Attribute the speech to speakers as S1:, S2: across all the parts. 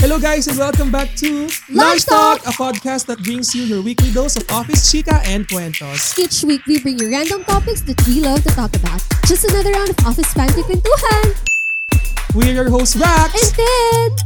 S1: Hello guys and welcome back to
S2: Lunch Talk!
S1: a podcast that brings you your weekly dose of office chica and cuentos.
S2: Each week, we bring you random topics that we love to talk about. Just another round of Office Panty Pintuhan!
S1: We're your hosts, Rax!
S2: And then...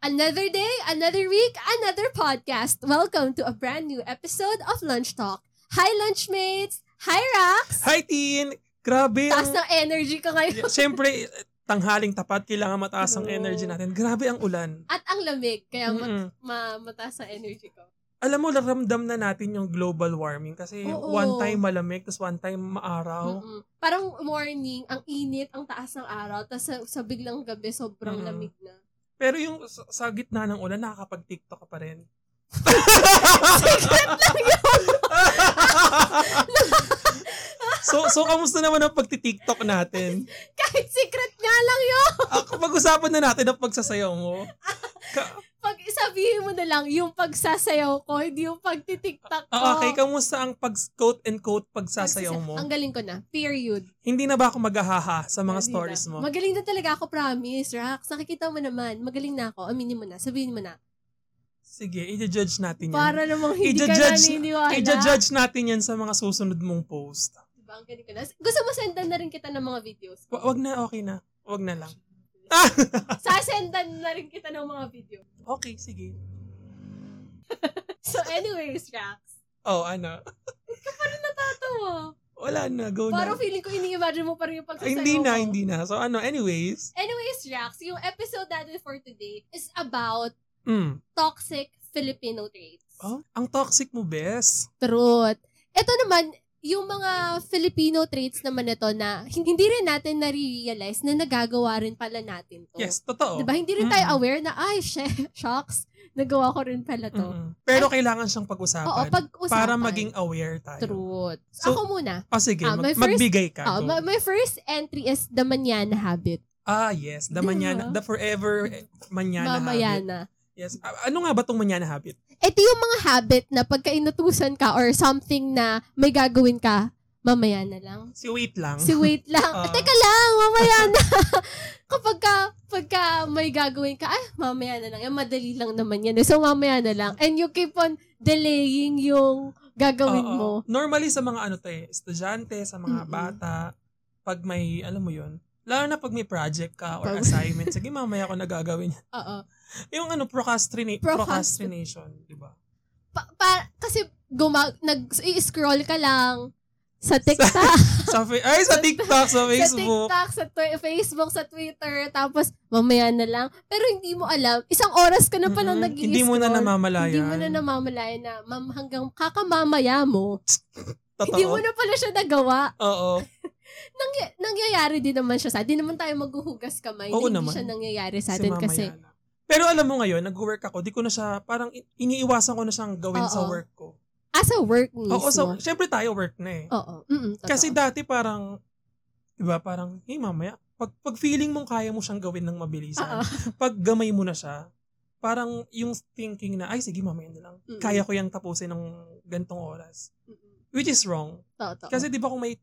S2: Another day, another week, another podcast. Welcome to a brand new episode of Lunch Talk. Hi, Lunchmates! Hi, Rax!
S1: Hi Tin! Grabe
S2: Taas
S1: ang...
S2: ng energy ko ngayon.
S1: Siyempre, tanghaling tapat, kailangan mataas ang energy natin. Grabe ang ulan.
S2: At ang lamig, kaya mat-
S1: Mm-mm.
S2: ma- mataas ang energy ko.
S1: Alam mo, naramdam na natin yung global warming kasi
S2: Oo.
S1: one time malamig, tapos one time maaraw.
S2: Mm-mm. Parang morning, ang init, ang taas ng araw, tapos sa, sa biglang gabi, sobrang
S1: Mm-mm.
S2: lamig na.
S1: Pero yung sa, sa gitna ng ulan, nakakapag-tiktok ka pa rin. so, so kamusta naman ang pagti-tiktok natin?
S2: Kahit secret nga lang yun!
S1: Ah, Pag-usapan na natin ang pagsasayaw mo. Ka-
S2: Pag sabihin mo na lang, yung pagsasayaw ko, hindi yung pagtitiktak ko.
S1: ah, okay, kamusta ang pag quote and quote pagsasayaw mo?
S2: Ang galing ko na. Period.
S1: Hindi na ba ako maghahaha sa mga
S2: Hindi
S1: stories
S2: na.
S1: mo?
S2: Magaling na talaga ako, promise, Rax. Nakikita mo naman. Magaling na ako. Aminin mo na. Sabihin mo na.
S1: Sige, i-judge natin yan.
S2: Para namang hindi ka
S1: I-judge-
S2: naniniwala.
S1: I-judge natin yan sa mga susunod mong post.
S2: Diba? Ang galing ko na. Gusto mo sendan na rin kita ng mga videos.
S1: Wa- wag na, okay na. Wag na lang. Ah!
S2: Sasendan na rin kita ng mga video.
S1: okay, sige.
S2: So anyways, Rax.
S1: Oh, ano?
S2: Tatawa.
S1: Wala na, go na.
S2: Parang feeling ko ini-imagine mo parang yung
S1: Ay,
S2: pagsasayaw
S1: hindi
S2: ko.
S1: na, hindi na. So ano, anyways.
S2: Anyways, Rax, yung episode natin for today is about
S1: Mm.
S2: toxic Filipino traits.
S1: Oh, ang toxic mo, bes.
S2: Truth. Ito naman, yung mga Filipino traits naman ito na hindi, hindi rin natin nare-realize na nagagawa rin pala natin to.
S1: Yes, Mm. totoo.
S2: Diba? Hindi rin tayo
S1: Mm-mm.
S2: aware na, ay, she- shocks, nagawa ko rin pala to.
S1: Mm-mm. Pero kailangan siyang pag-usapan.
S2: Oo, pag-usapan.
S1: Para maging aware tayo.
S2: Truth.
S1: So,
S2: ako muna.
S1: Oh, sige,
S2: Ah,
S1: mag-
S2: my first-
S1: magbigay ka.
S2: Oh,
S1: Go.
S2: my, my first entry is the manana habit.
S1: ah, yes. The
S2: Diba?
S1: manana, the forever eh, manana habit.
S2: Mamayana.
S1: Yes. Ah, Ano nga ba tong manana habit?
S2: ito yung mga habit na pagka inutusan ka or something na may gagawin ka, mamaya na lang.
S1: Si wait lang.
S2: Si wait lang.
S1: Ah.
S2: Teka lang, mamaya na. Kapag ka, pagka may gagawin ka, ay, mamaya na lang. Yan, madali lang naman yan. eh. So, mamaya na lang. And you keep on delaying yung gagawin
S1: Oo.
S2: mo.
S1: Normally sa mga ano to eh, estudyante, sa mga
S2: Mm-mm.
S1: bata, pag may, alam mo yun, lalo na pag may project ka or
S2: Pag-
S1: assignment, sige mamaya ako nagagawin yan.
S2: Oo.
S1: Yung ano, procrastinate,
S2: Procrast-
S1: procrastination, di ba?
S2: Pa- pa- kasi, guma- nag- i-scroll ka lang sa TikTok,
S1: Sa fa- ay, sa TikTok, sa
S2: sa
S1: Facebook.
S2: TikTok, sa twi- Facebook, sa Twitter, tapos mamaya na lang. Pero hindi mo alam, isang oras ka na palang
S1: Mm-mm.
S2: nag-i-scroll.
S1: Hindi mo na namamalayan.
S2: Hindi mo na namamalayan na mam, hanggang kakamamaya mo,
S1: Totoo.
S2: hindi mo na pala siya nagawa.
S1: Oo.
S2: Nangya- nangyayari din naman siya sa atin. Di naman tayo maghuhugas kamay.
S1: Oo
S2: na hindi
S1: naman.
S2: siya nangyayari sa
S1: Si
S2: atin
S1: mamaya
S2: kasi
S1: na. Pero alam mo ngayon, nag-work ako, di ko na siya, parang i- iniiwasan ko na siyang gawin sa
S2: Oo.
S1: work ko.
S2: as a work mismo.
S1: Oo, so, syempre tayo work na eh.
S2: Oo. Mm-mm, totoo.
S1: Kasi dati parang, di ba, parang, hey mamaya, pag, pag feeling mong kaya mo siyang gawin ng mabilisan,
S2: Oo.
S1: pag gamay mo na siya, parang yung thinking na, ay sige mamaya na lang,
S2: Mm.
S1: kaya ko yung tapusin ng gantong oras.
S2: Mm-mm,
S1: Which is wrong.
S2: Totoo.
S1: Kasi di ba kung may,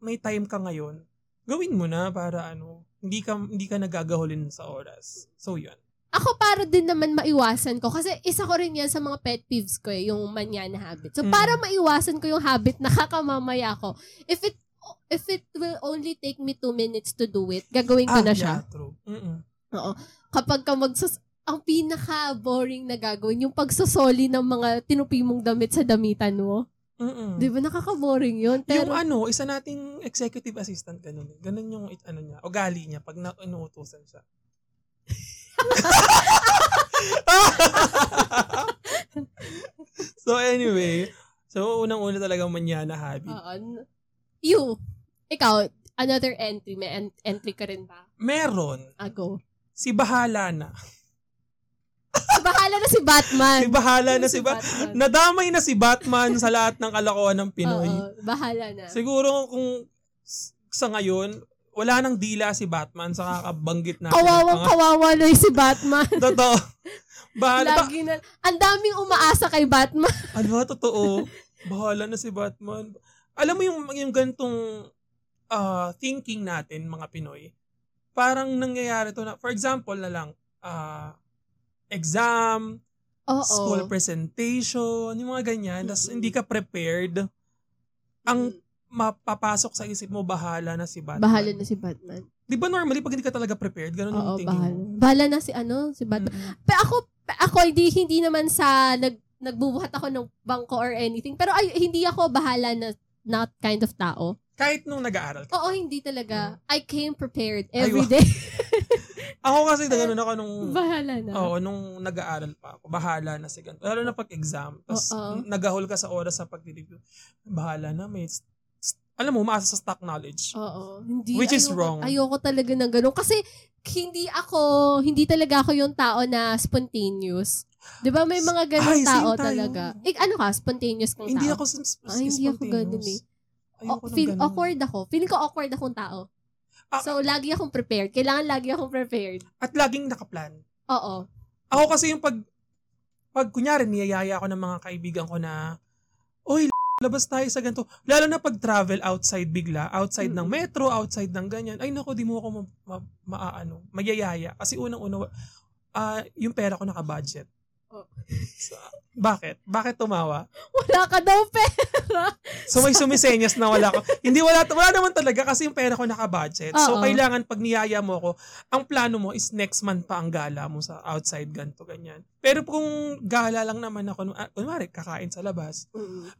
S1: may time ka ngayon, gawin mo na para ano, hindi ka, hindi ka nagagahulin sa oras. So yun.
S2: ako para din naman maiwasan ko kasi isa ko rin yan sa mga pet peeves ko eh, yung manyan habit. So
S1: Mm.
S2: para maiwasan ko yung habit na kakamamaya ko, if it if it will only take me two minutes to do it, gagawin ko na
S1: Ah,
S2: siya.
S1: yeah, true. Mm-mm.
S2: Kapag ka magsus ang pinaka-boring na gagawin, yung pagsosoli ng mga tinupi mong damit sa damitan mo.
S1: Mm-mm.
S2: Di ba? Nakaka-boring yun. Pero,
S1: yung ano, isa nating executive assistant, ganun. eh. Ganun yung it- ano niya, ugali niya pag na, inuutosan siya. so anyway, so unang-una talaga manyana habit.
S2: Oo. n- ah, you, ikaw, another entry. May en- entry ka rin ba?
S1: Meron,
S2: Ah, go.
S1: si bahala na.
S2: Bahala na si Batman.
S1: Si bahala na si ba-
S2: Ah, Batman.
S1: Nadamay na si Batman sa lahat ng kalokohan ng Pinoy.
S2: Oo, bahala na.
S1: Siguro kung s- sa ngayon, wala nang dila si Batman sa kakabanggit natin. ng
S2: Kawawang
S1: mga-
S2: kawawa na yung si Batman.
S1: Totoo. Bahala. Ba-
S2: Lagi na. Ang daming umaasa kay Batman.
S1: ano, totoo. Bahala na si Batman. alam mo yung, yung ganitong ah, thinking natin, mga Pinoy, parang nangyayari to na, for example na lang, ah, exam,
S2: Oo.
S1: school presentation, yung mga ganyan, tas
S2: Mm-mm. Mm.
S1: hindi ka prepared, ang mapapasok sa isip mo, bahala na si Batman.
S2: bahala na si Batman.
S1: Di ba normally, pag hindi ka talaga prepared, ganun
S2: Oo,
S1: ang thinking
S2: bahala.
S1: mo? Hmm.
S2: Bahala na si ano, si Batman.
S1: Mm-mm.
S2: Pero ako, pa- ako hindi, hindi naman sa nag, nagbubuhat ako ng bangko or anything. Pero ay, hindi ako bahala na not kind of tao.
S1: Kahit nung nag-aaral ka.
S2: Oo, hindi talaga. I came prepared
S1: Hmm. Ay,
S2: every
S1: wow.
S2: day.
S1: Ako kasi na ganun ako nung,
S2: bahala na.
S1: Hmm. oo, nung nag-aaral pa ako. Bahala na si ganun. Lalo na pag-exam. Tapos
S2: Oo.
S1: nagahol ka sa oras sa pag-review. Bahala na. May, st- st- alam mo, umaasa sa stock knowledge.
S2: Oo. Hindi,
S1: Which is
S2: ayoko-
S1: wrong.
S2: Ayoko talaga ng ganun. Kasi, hindi ako, hindi talaga ako yung tao na spontaneous. 'Di ba may mga ganun
S1: Ay, same
S2: tao
S1: tayo.
S2: talaga. Eh, ano ka? Spontaneous kang
S1: hindi
S2: tao?
S1: ako sim-
S2: Ah, hindi ako ganun eh.
S1: Ayoko
S2: O-
S1: ng
S2: feel
S1: ganun.
S2: awkward ako. Feeling ko awkward akong tao.
S1: Ah.
S2: so, lagi akong prepared. Kailangan lagi akong prepared.
S1: At laging nakaplan.
S2: Oo.
S1: Ako kasi yung pag, pag kunyari, niyayaya ako ng mga kaibigan ko na, Uy, l- labas tayo sa ganito. Lalo na pag travel outside bigla, outside ng
S2: Mm-mm.
S1: metro, outside ng ganyan. Ay nako, di mo ako ma- ma- maaano, magyayaya. Kasi unang-una, ah yung pera ko naka-budget.
S2: Oh.
S1: So, bakit? Bakit tumawa?
S2: Wala ka daw pera.
S1: So may sumisenyas na wala ko. Hindi, wala, wala naman talaga kasi yung pera ko naka-budget. So
S2: Oo.
S1: kailangan pag niyaya mo ako, ang plano mo is next month pa ang gala mo sa outside ganto ganyan. Pero kung gala lang naman ako, ah, kunwari, kakain sa labas,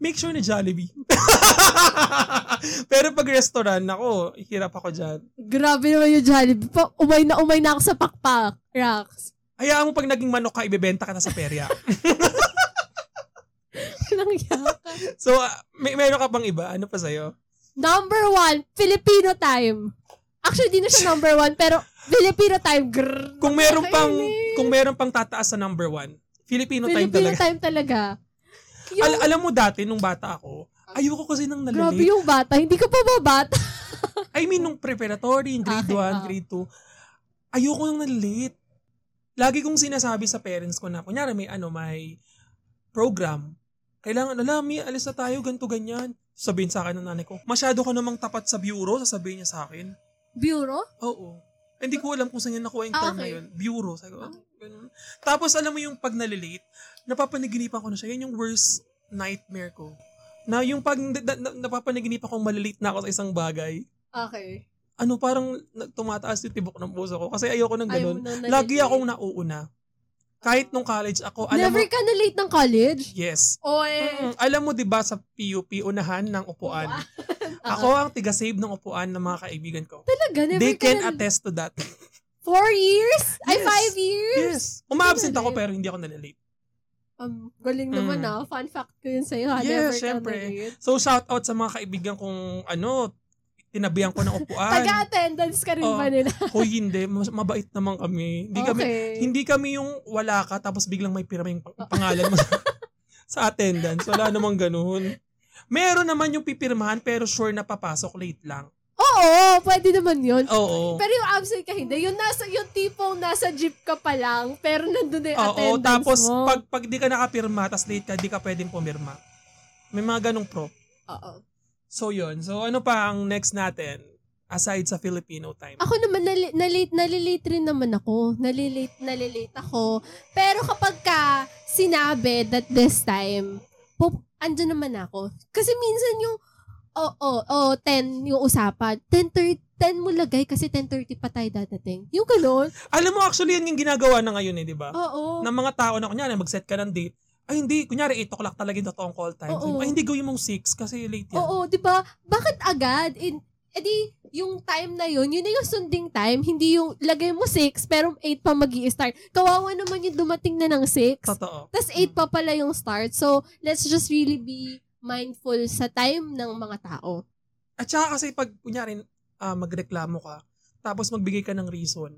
S1: make sure na Jollibee. Pero pag restaurant, ako, hirap ako dyan.
S2: Grabe naman yung Jollibee. Pa- umay na umay na ako sa pakpak. Rocks.
S1: Hayaan mo pag naging manok ka, ibebenta ka na sa perya.
S2: Walang yak.
S1: so, ah, may, meron ka bang iba? Ano pa sa'yo?
S2: Number one, Filipino time. Actually, di na siya number one, pero Filipino time. Grrr,
S1: Kung meron pang,
S2: Nakakainis.
S1: kung meron pang tataas sa number one, Filipino, time
S2: Filipino
S1: talaga.
S2: time talaga. Yung,
S1: Al- alam mo dati, nung bata ako, ayoko kasi nang
S2: grabe
S1: nalalate.
S2: yung bata. Hindi ka pa ba bata?
S1: I mean, nung preparatory, yung grade 1,
S2: Okay, oo.
S1: grade 2, ayoko nang nalalate. Lagi kong sinasabi sa parents ko na, kunyari may ano, may program. Kailangan, alam, may alis na tayo, ganto ganyan. Sabihin sa akin ng nanay ko, masyado ka namang tapat sa bureau, sasabihin niya sa akin.
S2: Bureau?
S1: Oo. Hindi ko alam kung saan niya nakuha yung
S2: Ah,
S1: term na
S2: okay.
S1: yun. Bureau. Sabi ko, ah, ganun. Tapos alam mo yung pag nalilate, napapanaginipan ko na siya. Yan yung worst nightmare ko. Na yung pag na, na, napapanaginipan kong malilate na ako sa isang bagay,
S2: Okay.
S1: ano parang na- tumataas yung tibok ng puso ko kasi ayoko ng
S2: Ayaw
S1: ganun.
S2: na nalilate.
S1: Lagi akong nauuna. Kahit nung college ako, alam mo,
S2: Never ka na late ng college?
S1: yes.
S2: Oy.
S1: Mm, alam mo 'di ba sa PUP unahan ng upuan. Ako ang tiga-save ng upuan ng mga kaibigan ko.
S2: Talaga, never
S1: They
S2: ka
S1: can
S2: na-
S1: attest to that.
S2: Four years? Ay,
S1: Yes.
S2: five years?
S1: Yes. Uma-absent ako
S2: Ganun eh.
S1: pero hindi ako nalalate.
S2: Um, galing naman
S1: Mm.
S2: ah. Fun fact ko yun sa'yo ha.
S1: Yes,
S2: never
S1: syempre.
S2: ka na late.
S1: So shout out sa mga kaibigan kong ano, tinabihan ko ng upuan.
S2: Taga-attendance ka rin
S1: Oh.
S2: ba nila?
S1: Hoy, hindi. Mas, mabait naman kami. Hindi kami,
S2: Okay.
S1: hindi kami yung wala ka tapos biglang may pirma yung pang- pangalan mo sa, sa attendance. Wala namang ganun. Meron naman yung pipirmahan pero sure na papasok late lang.
S2: Oo, pwede naman yun.
S1: Oo.
S2: Pero yung absent ka hindi. Yung, nasa, yung tipong nasa jeep ka pa lang, pero nandun na yung
S1: Oo,
S2: attendance
S1: tapos
S2: mo.
S1: pag, pag di ka nakapirma tapos late ka, di ka pwedeng pumirma. May mga ganong pro.
S2: Oo.
S1: So yun. So ano pa ang next natin aside sa Filipino time?
S2: Ako naman, nali- nalate, nalilate rin naman ako. Nalilate, nalilate ako. Pero kapag ka sinabi that this time, pup, andun naman ako. Kasi minsan yung, oo, oh, oh, 10 yung usapan. 10.30, 10 mo lagay kasi 10.30 pa tayo dadating. Yung ganun.
S1: Alam mo actually yan yung ginagawa na ngayon eh, di ba?
S2: Oo.
S1: ng mga tao na kunyari mag-set ka ng date, ay hindi, kunyari 8 o'clock talaga yung totoong call time.
S2: Oo.
S1: Ay hindi gawin mong 6 kasi late yan.
S2: Oo, 'di ba? Bakit agad? In, edi yung time na yun, yun na yung sunding time, hindi yung lagay mo 6 pero 8 pa mag start Kawawa naman yung dumating na ng 6.
S1: Totoo.
S2: Tapos 8 pa pala yung start. So, let's just really be mindful sa time ng mga tao.
S1: At saka kasi pag kunyari ah, magreklamo ka, tapos magbigay ka ng reason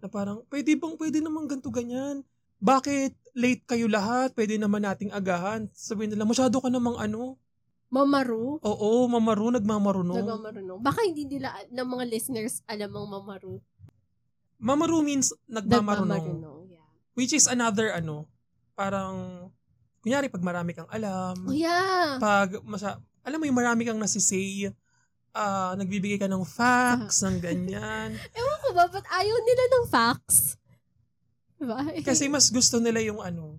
S1: na parang, pwede bang pwede naman ganito ganyan? Bakit late kayo lahat? Pwede naman nating agahan. Sabihin nila, masyado ka namang ano?
S2: Mamaro.
S1: Oo, mamaro, nagmamarunong.
S2: Nagmamarunong. Baka hindi nila, ng mga listeners, alam ang mamaro.
S1: Mamaro means nagmamarunong.
S2: Nagmamarunong. Yeah.
S1: Which is another ano, parang, kunyari pag marami kang alam,
S2: Oh, yeah.
S1: pag masya, alam mo yung marami kang nasisay, ah, nagbibigay ka ng facts, ng ganyan.
S2: Ewan ko ba, ba't ayaw nila ng facts? Diba?
S1: Kasi mas gusto nila yung ano,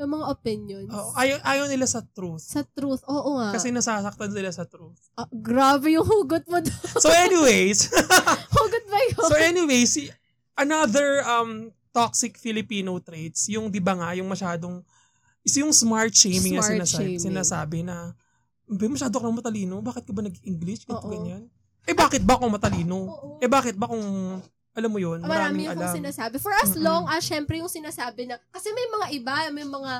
S2: yung mga opinions.
S1: oh, ayaw, ayaw nila sa truth.
S2: sa truth, oo nga.
S1: Kasi nasasaktan sila sa truth.
S2: Ah, grabe yung hugot mo doon.
S1: So anyways,
S2: hugot ba yun?
S1: so eh, anyways, y- another um toxic Filipino traits, yung 'di ba nga, yung masyadong is yung smart shaming
S2: Smart
S1: na sinasabi,
S2: shaming.
S1: sinasabi na "Be, masyado ka lang matalino, bakit ka ba nag-English ganito
S2: Oo.
S1: ganyan?" Eh bakit ba kung matalino?
S2: Oo.
S1: Eh bakit ba kung alam mo 'yun, maraming
S2: Marami yung
S1: alam.
S2: sinasabi. For as
S1: Mm-mm.
S2: long as, syempre yung sinasabi na, kasi may mga iba, may mga,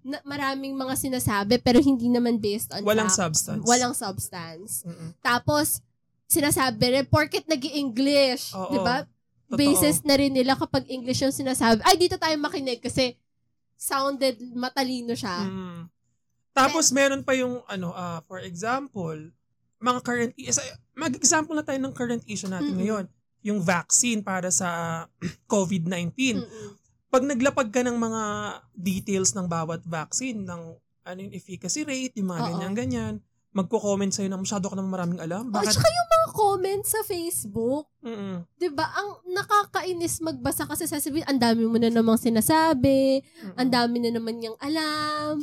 S2: na, maraming mga sinasabi, pero hindi naman based on
S1: Walang
S2: fact.
S1: substance.
S2: Walang substance.
S1: Mm-mm.
S2: Tapos, sinasabi rin, porket nag english
S1: Oo.
S2: di ba?
S1: Totoo.
S2: Basis na rin nila kapag English yung sinasabi. Ay, dito tayo makinig kasi sounded matalino siya.
S1: Mm. Tapos meron pa yung ano, ah, for example, mga current i- isa- mag-example na tayo ng current issue natin
S2: Mm-mm.
S1: ngayon, yung vaccine para sa COVID-19.
S2: Mm-mm.
S1: Pag naglapag ka ng mga details ng bawat vaccine, ng ano yung efficacy rate, yung mga
S2: Oo.
S1: ganyan-ganyan, magko-comment sa'yo na masyado ka naman maraming alam.
S2: Oh,
S1: Bakit?
S2: tsaka yung mga comments sa Facebook,
S1: Mm-mm.
S2: 'di ba? Ang nakakainis magbasa kasi sasabihin, ang dami mo na namang sinasabi,
S1: Mm-mm.
S2: ang dami na naman niyang alam.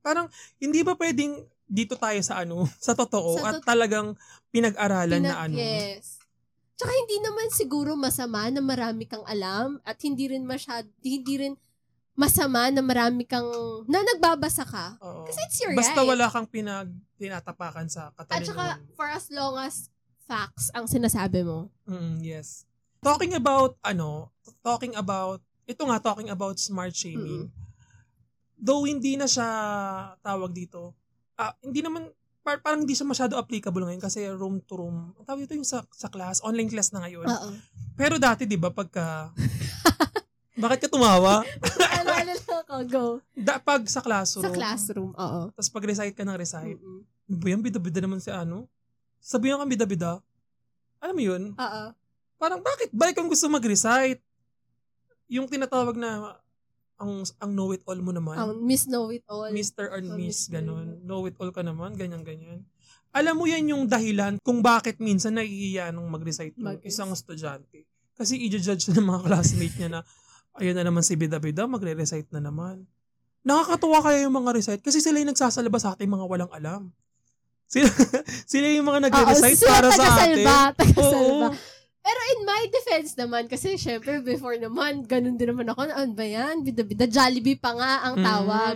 S1: Parang hindi ba pwedeng dito tayo sa ano, sa totoo at
S2: Sa
S1: talagang pinag-aralan na ano.
S2: Yes. Tsaka hindi naman siguro masama na marami kang alam at hindi rin masyad, hindi rin masama na marami kang, na nagbabasa ka.
S1: Oo.
S2: Kasi it's your
S1: Basta
S2: right.
S1: wala kang pinag tinatapakan sa
S2: At
S1: katalino.
S2: saka, for as long as facts ang sinasabi mo.
S1: Mm, yes. Talking about ano, talking about ito nga talking about smart shaming. Though hindi na siya tawag dito. ah, hindi naman par- parang hindi siya masyado applicable ngayon kasi room to room. Ang Tawag dito yung sa, sa class, online class na ngayon.
S2: Oo.
S1: Pero dati 'di ba pagka Bakit ka tumawa?
S2: Alala lang ako, go.
S1: Da, pag sa
S2: Sa
S1: classroom.
S2: classroom, oo.
S1: Tapos pag recite ka ng recite.
S2: Mm-mm.
S1: Boy, ang bida-bida naman si ano. Sabihan kang bida-bida. Alam mo yun?
S2: Oo.
S1: parang bakit ba kung gusto mag-recite? Yung tinatawag na ang ang know-it-all mo naman,
S2: Ang miss know it all.
S1: Mr. or
S2: Oh,
S1: Miss,
S2: Mr..
S1: ganun. Know-it-all ka naman, ganyan-ganyan. Alam mo yan yung dahilan kung bakit minsan nahihiya nung mag-recite yung
S2: Mag-recite.
S1: isang estudyante. Kasi i-judge siya ng mga classmate niya na, ayun na naman si Bida-Bida, magre-recite na naman. Nakakatuwa kaya yung mga recite kasi sila yung nagsasalba sa ating mga walang alam. Sila, sila yung mga
S2: Oo,
S1: nagre-recite
S2: sila
S1: para sa atin.
S2: tagasalba, tagasalba.
S1: Oo.
S2: Pero in my defense naman, kasi syempre before naman, ganun din naman ako, ano ba yan? Bida-bida, Jollibee pa nga
S1: Mm.
S2: ang tawag.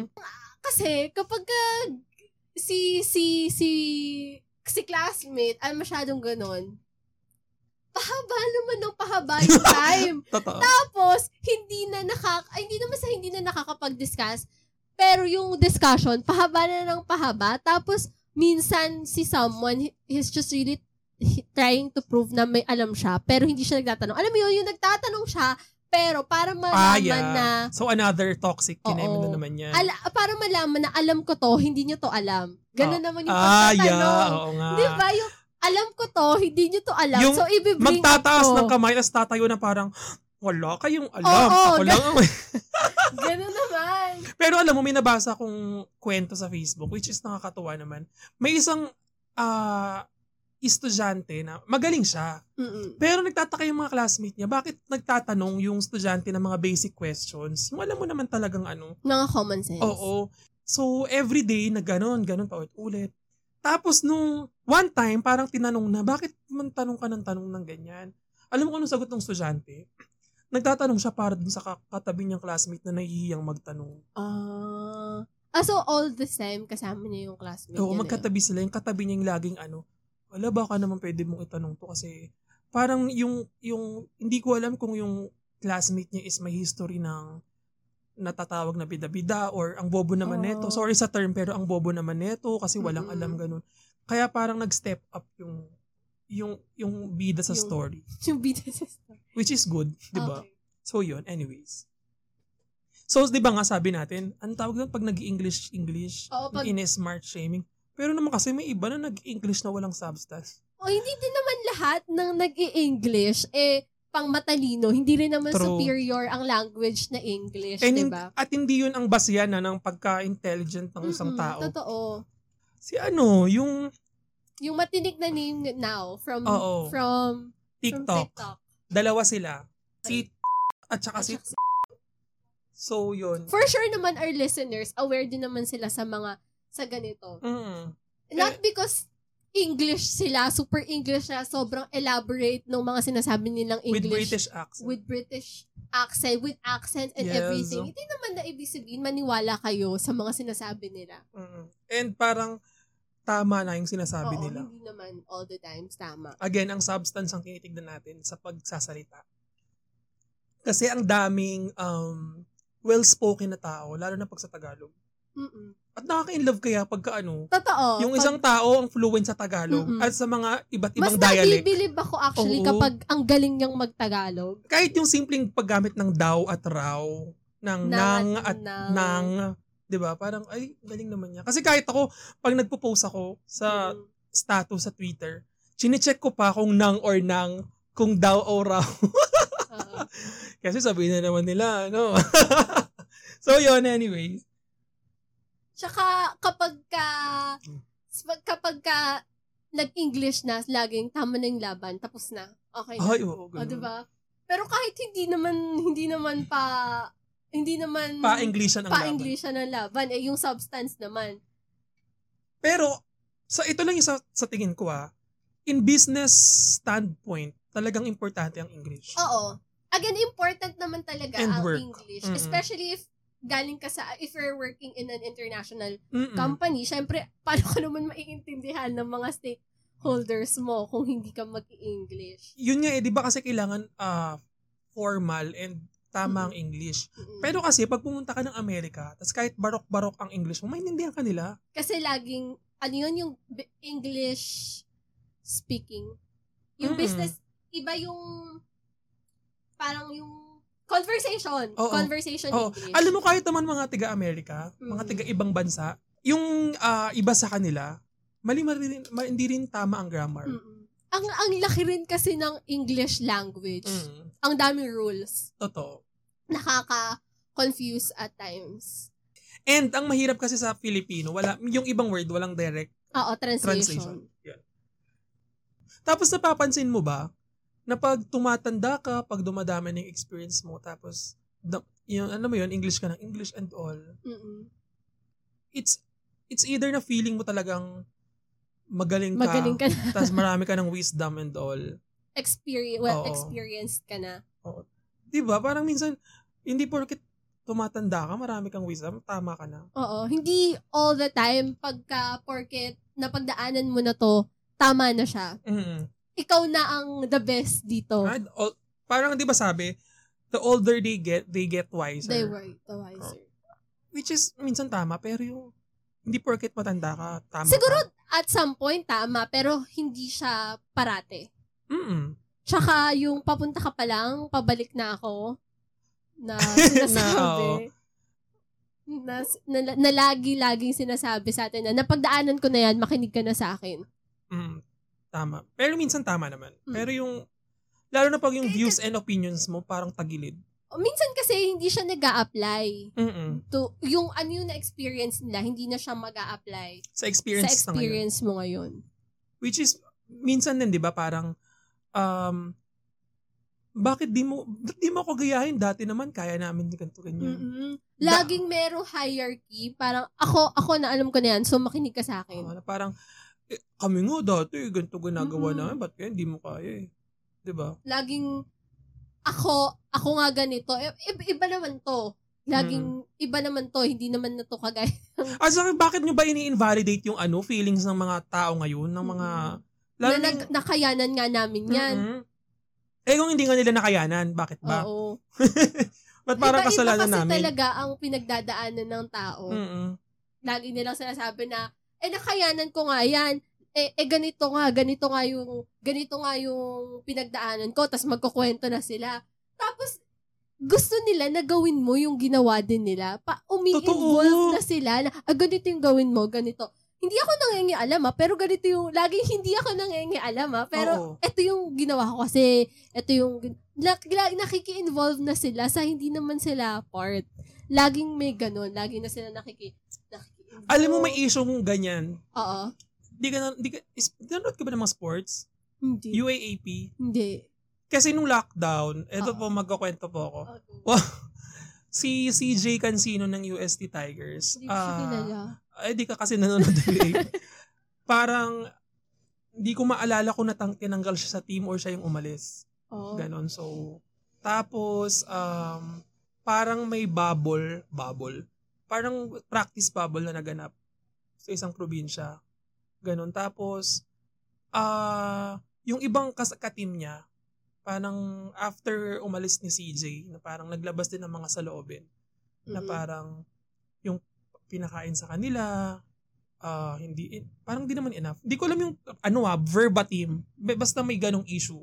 S2: Kasi kapag ah, si, si, si, si classmate ay masyadong ganun, pahaba naman ng pahaba yung time.
S1: Totoo.
S2: Tapos, hindi na nakak... Ay, hindi naman sa hindi na nakakapag-discuss. Pero yung discussion, pahaba na ng pahaba. Tapos, minsan si someone, he- he's just really he- trying to prove na may alam siya, pero hindi siya nagtatanong. Alam mo yun, yung nagtatanong siya, pero para malaman
S1: Ah, yeah.
S2: na...
S1: So another toxic kineme
S2: Oo.
S1: na naman yan.
S2: Ala, para malaman na alam ko to, hindi niyo to alam. Ganun naman yung
S1: ah, yeah.
S2: pagtatanong.
S1: Oo nga.
S2: Di ba? Yung alam ko to, hindi niyo to alam.
S1: Yung
S2: so, ibibring up
S1: Magtataas
S2: ko.
S1: ng kamay tapos tatayo na parang wala kayong alam.
S2: Oo,
S1: Ako lang ang...
S2: Ganun naman.
S1: Pero alam mo, may nabasa kong kwento sa Facebook which is nakakatuwa naman. May isang ah estudyante na magaling siya.
S2: Mm-mm.
S1: Pero nagtataka yung mga classmate niya, bakit nagtatanong yung estudyante ng mga basic questions? Yung alam mo naman talagang ano,
S2: Mga common sense.
S1: Oo. So, everyday na ganun, ganun pa ulit. Tapos nung one time, parang tinanong na, bakit man tanong ka ng tanong ng ganyan? Alam mo kung anong sagot ng estudyante? Nagtatanong siya para dun sa ka- katabi niyang classmate na nahihiyang magtanong.
S2: Ah. ah, so all the time kasama niya yung classmate
S1: Oo,
S2: niya na
S1: magkatabi sila. Yung katabi niya yung laging ano, wala baka naman pwede mong itanong to kasi parang yung, yung, hindi ko alam kung yung classmate niya is may history ng natatawag na bida-bida or ang bobo naman
S2: Oo.
S1: neto. Sorry sa term pero ang bobo naman neto kasi walang
S2: Ah. Mm-mm.
S1: alam ganun. Kaya parang nag-step up yung yung yung bida sa
S2: Yung-
S1: story
S2: yun. Yung bida sa story.
S1: which is good, 'di ba?
S2: Okay.
S1: So yun, anyways. So 'di ba nga sabi natin, ang tawag doon pag nag-English English,
S2: Oo, pag-
S1: smart shaming. Pero naman kasi may iba na nag-English na walang substance.
S2: O hindi din naman lahat ng nag english eh pang matalino, hindi rin naman
S1: True. Eh,
S2: superior ang language na English, diba?
S1: And,
S2: di ba?
S1: At hindi yun ang basehan na ng ah, pagka-intelligent ng isang
S2: Mm-mm,
S1: tao.
S2: Totoo.
S1: Si ano, yung
S2: Yung matinik na name now from
S1: Oo.
S2: from From
S1: TikTok.
S2: TikTok.
S1: Dalawa sila. Si at saka si So, yun.
S2: For sure naman our listeners, aware din naman sila sa mga sa ganito.
S1: Mm.
S2: Not because English sila, super English na sobrang elaborate ng mga sinasabi nilang
S1: With
S2: English.
S1: British accent.
S2: with British accent, with accent and
S1: Yes.
S2: everything. Hindi naman na ibig sabihin, maniwala kayo sa mga sinasabi nila.
S1: Mm. And parang tama na yung sinasabi
S2: Oo,
S1: nila.
S2: hindi naman all the times tama.
S1: Again, ang substance ang tinitignan natin sa pagsasalita. Kasi ang daming um, well-spoken na tao, lalo na pag sa Tagalog.
S2: Mm-mm.
S1: At nakaka-inlove kaya pagka ano,
S2: Totoo.
S1: yung
S2: Oh, pag-
S1: isang tao ang fluent sa Tagalog
S2: Mm-mm.
S1: at sa mga iba't
S2: mas
S1: ibang dialect.
S2: nabibilib ako actually
S1: Oo.
S2: kapag ang galing niyang magtagalog.
S1: kahit yung simpleng paggamit ng daw at raw, ng nang at
S2: nang.
S1: nang, 'di ba? Parang ay galing naman niya. Kasi kahit ako pag nagpo-post ako sa
S2: Mm.
S1: status sa Twitter, chine-check ko pa kung nang or nang, kung daw o raw.
S2: Oo.
S1: Kasi sabihin na naman nila, ano. so yun, anyways.
S2: Tsaka kapag ka pag- kapag ka nag-English na, laging tama na yung laban, tapos na. Okay na.
S1: Ay, oo.
S2: O,
S1: ganun.
S2: diba? Pero kahit hindi naman, hindi naman pa, hindi naman
S1: Pa-Englishan ang laban.
S2: pa-Englishan ang laban, eh yung substance naman.
S1: Pero, sa ito lang yung sa, sa tingin ko ah, in business standpoint, talagang importante ang English.
S2: Oo. Again, important naman talaga
S1: And
S2: ang
S1: work.
S2: English.
S1: Mm-mm.
S2: Especially if galing ka sa, if you're working in an international
S1: Mm-mm.
S2: company, syempre, paano ka naman maiintindihan ng mga stakeholders mo kung hindi ka mag-English?
S1: yun nga eh, di ba kasi kailangan ah, formal and tama ang English. Pero kasi pag pumunta ka ng Amerika, tas kahit barok-barok ang English mo, maintindihan ka nila.
S2: Kasi laging, ano yun yung b- English speaking. Yung
S1: Mm.
S2: business, iba yung, parang yung conversation.
S1: Oo.
S2: Conversation
S1: Oo.
S2: English.
S1: Alam mo kahit naman mga tiga-Amerika, mga
S2: Mm.
S1: tiga-ibang bansa, yung ah, iba sa kanila, mali mali rin, ma- hindi rin tama ang grammar.
S2: Mm-mm. Ang, ang laki rin kasi ng English language.
S1: Mm.
S2: Ang daming rules.
S1: Totoo.
S2: Nakaka-confuse at times.
S1: And ang mahirap kasi sa Filipino, wala yung ibang word, walang direct
S2: Oo, translation.
S1: translation. Yan. Tapos napapansin mo ba na pag tumatanda ka, pag dumadami na yung experience mo, tapos da- yung, ano mo yun, English ka ng English and all,
S2: Mm-mm.
S1: it's it's either na feeling mo talagang magaling ka,
S2: Magaling ka na.
S1: tapos marami ka ng wisdom and all.
S2: Experience, well,
S1: Oo.
S2: experienced ka na.
S1: Di ba? Parang minsan, hindi porket tumatanda ka, marami kang wisdom, tama ka na.
S2: Oo, hindi all the time pagka porket napagdaanan mo na to, tama na siya.
S1: Mm.
S2: Ikaw na ang the best dito.
S1: Ah, all- parang di ba sabi, the older they get, they get wiser.
S2: They were the wiser.
S1: Which is, minsan tama, pero yung, hindi porket matanda ka, tama
S2: Siguro,
S1: ka.
S2: at some point, tama, pero hindi siya parate.
S1: Mm-mm.
S2: Tsaka yung papunta ka pa lang, pabalik na ako, na sinasabi. na, na, na lagi-laging sinasabi sa atin na napagdaanan ko na yan, makinig ka na sa akin.
S1: Mm, tama. Pero minsan tama naman.
S2: Mm.
S1: Pero yung, lalo na pag yung
S2: Kaya-
S1: views and opinions mo, parang tagilid.
S2: O, Minsan kasi hindi siya nag apply
S1: Mm-mm.
S2: to yung ano yung na-experience nila, hindi na siya mag apply
S1: Sa
S2: sa
S1: experience, na ngayon.
S2: experience mo ngayon.
S1: Which is, minsan din, di ba, parang, um, bakit di mo, ba't di mo ako gayahin? Dati naman, kaya namin ganito, ganyan.
S2: Mm-mm. Laging merong hierarchy, parang ako, ako na alam ko na yan, so makinig ka
S1: Oo,
S2: sa akin.
S1: Ah, na parang, eh, kami nga dati, ganito ginagawa
S2: Mm-mm.
S1: namin, ba't kaya hindi mo kaya eh? Di ba?
S2: Laging ako, ako nga ganito. I- i- iba naman to. Laging iba naman to, hindi naman na to kagaya.
S1: As in, Ah, bakit nyo ba ini-invalidate yung ano, feelings ng mga tao ngayon, ng mga, lalo
S2: na, nag, nakayanan nga namin yan.
S1: Mm-mm. Eh kung hindi nga nila nakayanan, bakit ba?
S2: Oo.
S1: Ba't parang
S2: Iba-iba
S1: kasalanan
S2: kasi
S1: namin? Mm.
S2: talaga ang pinagdadaanan ng tao.
S1: Mm-mm.
S2: lagi nilang sinasabi na, eh nakayanan ko nga yan. Eh, eh ganito nga, ganito nga yung, ganito nga yung pinagdaanan ko, tapos magkukwento na sila. Tapos, gusto nila na gawin mo yung ginawa din nila. Pa,
S1: Totoo.
S2: umi-involve na sila na, ah, ganito yung gawin mo, ganito. Hindi ako nangengi alam ah, pero ganito yung, lagi hindi ako nangengi alam
S1: Oo.
S2: ah, pero eto yung ginawa ko kasi, eto yung, nak, la- nakiki-involve na sila sa hindi naman sila part. Laging may ganun, lagi na sila nakiki, nakiki
S1: Alam mo may issue kung ganyan.
S2: Oo.
S1: Di ka, na- di ka, is, nanonood ka ba ng mga sports?
S2: Hindi.
S1: UAAP?
S2: Hindi.
S1: Kasi nung lockdown, eto
S2: Oo.
S1: po, magkakwento po ako. Wow. si CJ Cancino ng UST Tigers.
S2: Hindi ko siya
S1: ah,
S2: kilala.
S1: ay, di ka kasi nanonood ng UAAP. Parang, di ko maalala kung natang, tinanggal siya sa team or siya yung umalis.
S2: Oo.
S1: Ganon. So, tapos, um, parang may bubble, bubble, parang practice bubble na naganap sa isang probinsya. Ganon. Tapos, ah, yung ibang kas- ka-team niya, parang after umalis ni CJ, na parang naglabas din ng mga saloobin, na
S2: Mm-mm.
S1: parang yung pinakain sa kanila, ah, hindi, parang di naman enough. Hindi ko alam yung, ano ah, verbatim, Ba- basta may ganong issue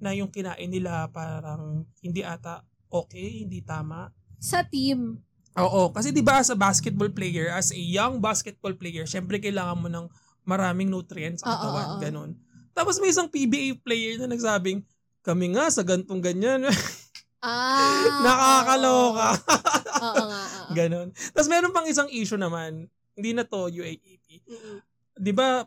S1: na yung kinain nila parang hindi ata okay, hindi tama.
S2: Sa team.
S1: Oo, kasi 'di ba as a basketball player, as a young basketball player, syempre kailangan mo ng maraming nutrients sa
S2: Oo,
S1: katawan,
S2: oo, oo.
S1: ganun. Tapos may isang PBA player na nagsabing, kami nga sa gantong ganyan,
S2: Ah.
S1: nakakaloka.
S2: Oo oo nga. oo.
S1: ganun. Tapos meron pang isang issue naman, hindi na to UAAP.
S2: Mm-mm.
S1: 'Di ba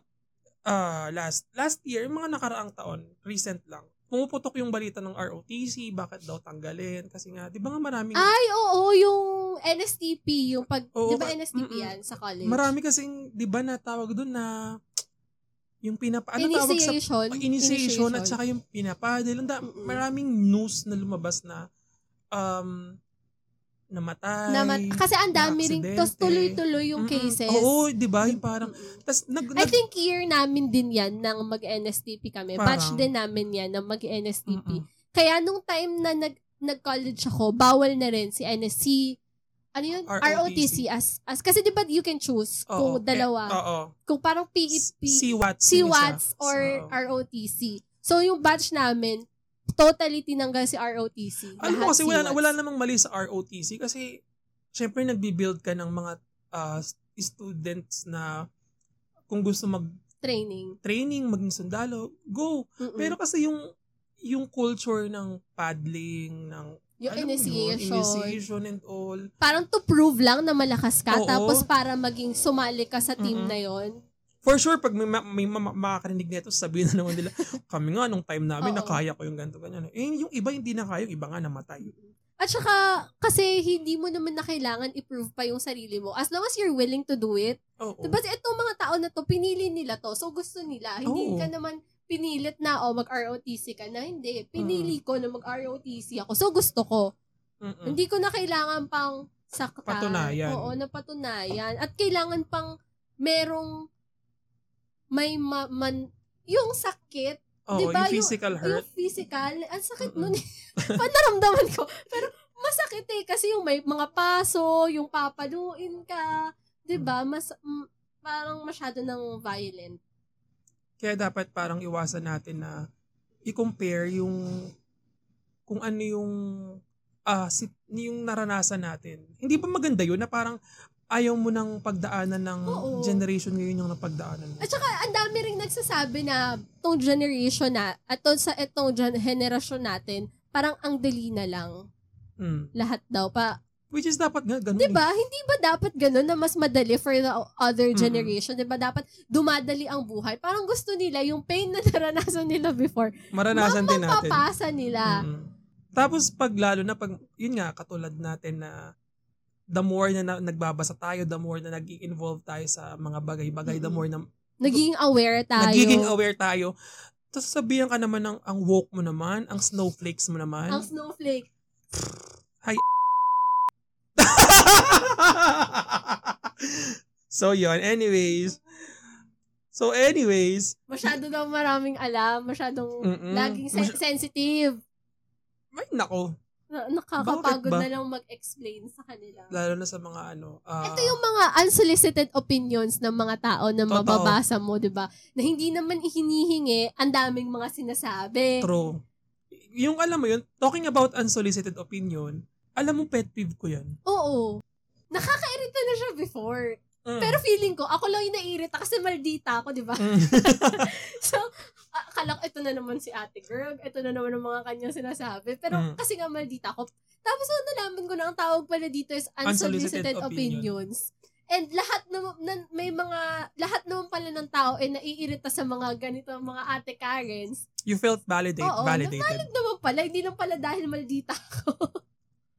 S1: ah, last last year, yung mga nakaraang taon, recent lang, pumuputok yung balita ng ROTC, bakit daw tanggalin? Kasi nga, di ba nga maraming
S2: Ay, oo, yung NSTP, yung pag,
S1: Oo,
S2: di
S1: ka-
S2: ba NSTP
S1: mm-mm.
S2: yan sa college?
S1: Marami kasing, di ba, natawag doon na yung pinapa... Ano tawag sa...
S2: initiation.
S1: Initiation, at saka yung pinapadel. Ang da-
S2: Mm-mm.
S1: maraming news na lumabas na um, namatay.
S2: Naman, kasi ang dami rin,
S1: na-aksidente.
S2: tapos tuloy-tuloy yung
S1: Mm-mm.
S2: cases.
S1: Oo, di ba? Yung parang...
S2: Mm-mm.
S1: Tas nag,
S2: I
S1: nag-
S2: think year namin din yan nang mag-NSTP kami.
S1: Parang-
S2: Batch din namin yan nang mag-NSTP.
S1: Mm-mm.
S2: Kaya nung time na nag, nag-college ako, bawal na rin si NSC. Ano yun?
S1: ROTC.
S2: ROTC. as, as, kasi di ba you can choose
S1: Oo,
S2: kung
S1: eh,
S2: dalawa.
S1: Oo.
S2: Kung parang E PEP.
S1: C-Watts.
S2: CWATS or ROTC. So, yung batch namin, totally tinanggal si ROTC.
S1: Alam mo
S2: Lahat
S1: kasi wala,
S2: CWATS.
S1: wala namang mali sa ROTC kasi syempre nagbi-build ka ng mga ah, students na kung gusto mag
S2: Training.
S1: training, maging sundalo, go.
S2: Mm-mm.
S1: Pero kasi yung yung culture ng paddling, ng
S2: yung
S1: alam mo yun,
S2: initiation.
S1: initiation and all.
S2: Parang to prove lang na malakas ka.
S1: Oo.
S2: Tapos para maging sumali ka sa team
S1: Mm-mm.
S2: na yon.
S1: For sure, pag may, ma- may ma- makakarinig nito, sabihin na naman nila, kami nga, nung time namin,
S2: Oo.
S1: nakaya ko yung ganito, ganyan. Eh, yung iba hindi nakaya, yung iba nga namatay.
S2: At saka, kasi hindi mo naman na kailangan i-prove pa yung sarili mo. As long as you're willing to do it.
S1: Oo.
S2: Diba itong mga tao na to, pinili nila to. So, gusto nila. Hindi
S1: Oo.
S2: ka naman pinilit na, oh, mag-ROTC ka na. Hindi. Pinili ko na mag-ROTC ako. So, gusto ko.
S1: Mm-mm.
S2: Hindi ko na kailangan pang
S1: Mm.
S2: saktan.
S1: Patunayan.
S2: Oo, napatunayan. At kailangan pang merong may ma- man, yung sakit,
S1: Oo,
S2: di ba
S1: yung physical
S2: yung
S1: hurt.
S2: physical, ang sakit
S1: Mm-mm.
S2: nun. Panaramdaman ko. Pero masakit eh, kasi yung may mga paso, yung papaluin ka, di ba, mas, mm, parang masyado ng violent.
S1: Kaya dapat parang iwasan natin na i-compare yung kung ano yung ah si, yung naranasan natin. Hindi ba maganda yun na parang ayaw mo ng pagdaanan ng
S2: Oo.
S1: generation ngayon yung napagdaanan mo?
S2: At saka, ang dami rin nagsasabi na tong generation na, at to- sa itong gen- generation natin, parang ang dali na lang
S1: Mm.
S2: lahat daw. Pa,
S1: Which is dapat nga ganun.
S2: 'Di ba? Hindi ba dapat ganun na mas madali for the other
S1: Mm.
S2: generation? 'Di ba dapat dumadali ang buhay? Parang gusto nila yung pain na naranasan nila before,
S1: eh. Maranasan din natin.
S2: papasa nila.
S1: Mm. Tapos pag lalo na pag, yun nga, katulad natin na the more na, na- nagbabasa tayo, the more na nag involve tayo sa mga bagay-bagay, the
S2: Mm.
S1: more na
S2: Nagiging aware tayo.
S1: nagiging aware tayo. Tapos sabihan ka naman ng ang woke mo naman, ang snowflakes mo naman.
S2: Ang snowflake.
S1: so yon anyways. So anyways,
S2: Masyado daw maraming alam. Masyadong
S1: Mm-mm.
S2: laging sen-
S1: Masy-
S2: sensitive.
S1: may nako,
S2: Na-
S1: Bakit
S2: Nakakapagod
S1: ba?
S2: na lang mag-explain sa kanila.
S1: lalo na sa mga ano. ah,
S2: Ito yung mga unsolicited opinions ng mga tao na
S1: Totoo.
S2: mababasa mo, di ba? Na hindi naman ihinihingi, ang daming mga sinasabi.
S1: true. Yung alam mo yun, talking about unsolicited opinion, alam mo pet peeve ko yun.
S2: Oo. Nakakairita na siya before.
S1: Mm.
S2: Pero feeling ko, ako lang yung naiirita kasi maldita ako, di ba?
S1: Mm.
S2: so, ah, akala ko, ito na naman si ate girl, ito na naman ang mga kanyang sinasabi. Pero
S1: Mm.
S2: kasi nga maldita ako. Tapos so, nalaman ko na ang tawag pala dito is
S1: Unsolicited
S2: unsolicited, opinions. And lahat naman, nan- may mga, lahat naman pala ng tao ay naiirita sa mga ganito, mga ate Karens.
S1: You felt validate,
S2: Oo,
S1: validated.
S2: Alam naman pala, hindi lang pala dahil maldita ako.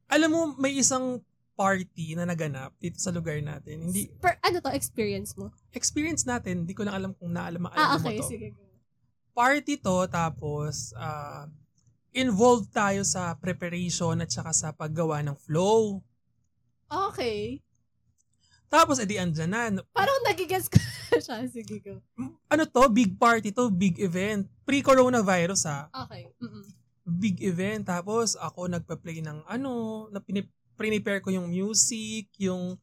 S1: Alam mo, may isang party na naganap dito sa lugar natin. Hindi
S2: Per, ano to, experience mo?
S1: experience natin, hindi ko lang alam kung naalam alam
S2: Ah,
S1: mo
S2: okay,
S1: to.
S2: sige.
S1: party to tapos ah, involved tayo sa preparation at saka sa paggawa ng flow.
S2: Okay.
S1: Tapos edi andyan na.
S2: Parang nagigets ko na siya. Sige, go.
S1: Ano to? Big party to, big event. Pre-coronavirus ha.
S2: Okay. Mm-mm.
S1: Big event. Tapos ako nagpa-play ng ano, na pinip- prepare ko yung music, yung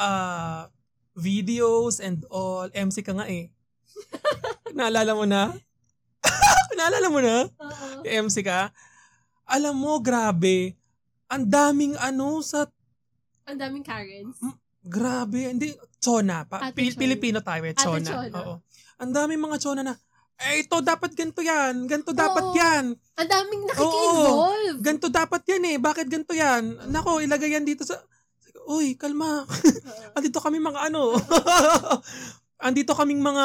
S1: ah, videos and all. MC ka nga eh. Naalala mo na? Naalala mo na?
S2: Oo.
S1: MC ka, alam mo, grabe, ang daming ano sa,
S2: Ang daming Karens.
S1: grabe, hindi, chona pa.
S2: Ate
S1: Pil-
S2: Chona.
S1: Pilipino tayo, eh,
S2: Ate
S1: chona.
S2: Chona.
S1: Oo. Ang daming mga chona na, eh, ito dapat ganito yan, ganito dapat
S2: Oo.
S1: yan,
S2: Ang daming nakiki-involve.
S1: ganito dapat yan eh, bakit ganito yan? Nako, ilagay yan dito sa, uy, kalma,
S2: Oo.
S1: andito kami mga ano, andito kaming mga,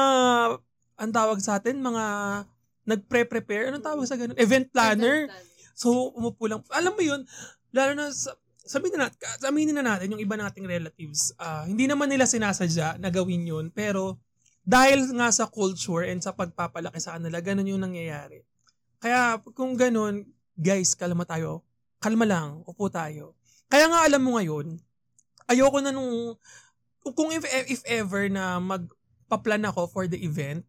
S1: ang tawag sa atin, mga, nagpre-prepare, anong tawag sa ganun? Event planner. So, umupo lang. Alam mo yun, lalo na sa, sabihin na natin, aminin na natin yung iba nating relatives, ah, hindi naman nila sinasadya na gawin yun, pero dahil nga sa culture and sa pagpapalaki sa kanila, ganun yung nangyayari. Kaya kung ganun, guys, kalma tayo. Kalma lang, upo tayo. Kaya nga alam mo ngayon, ayoko na nung, kung if, if ever na magpaplan ako for the event,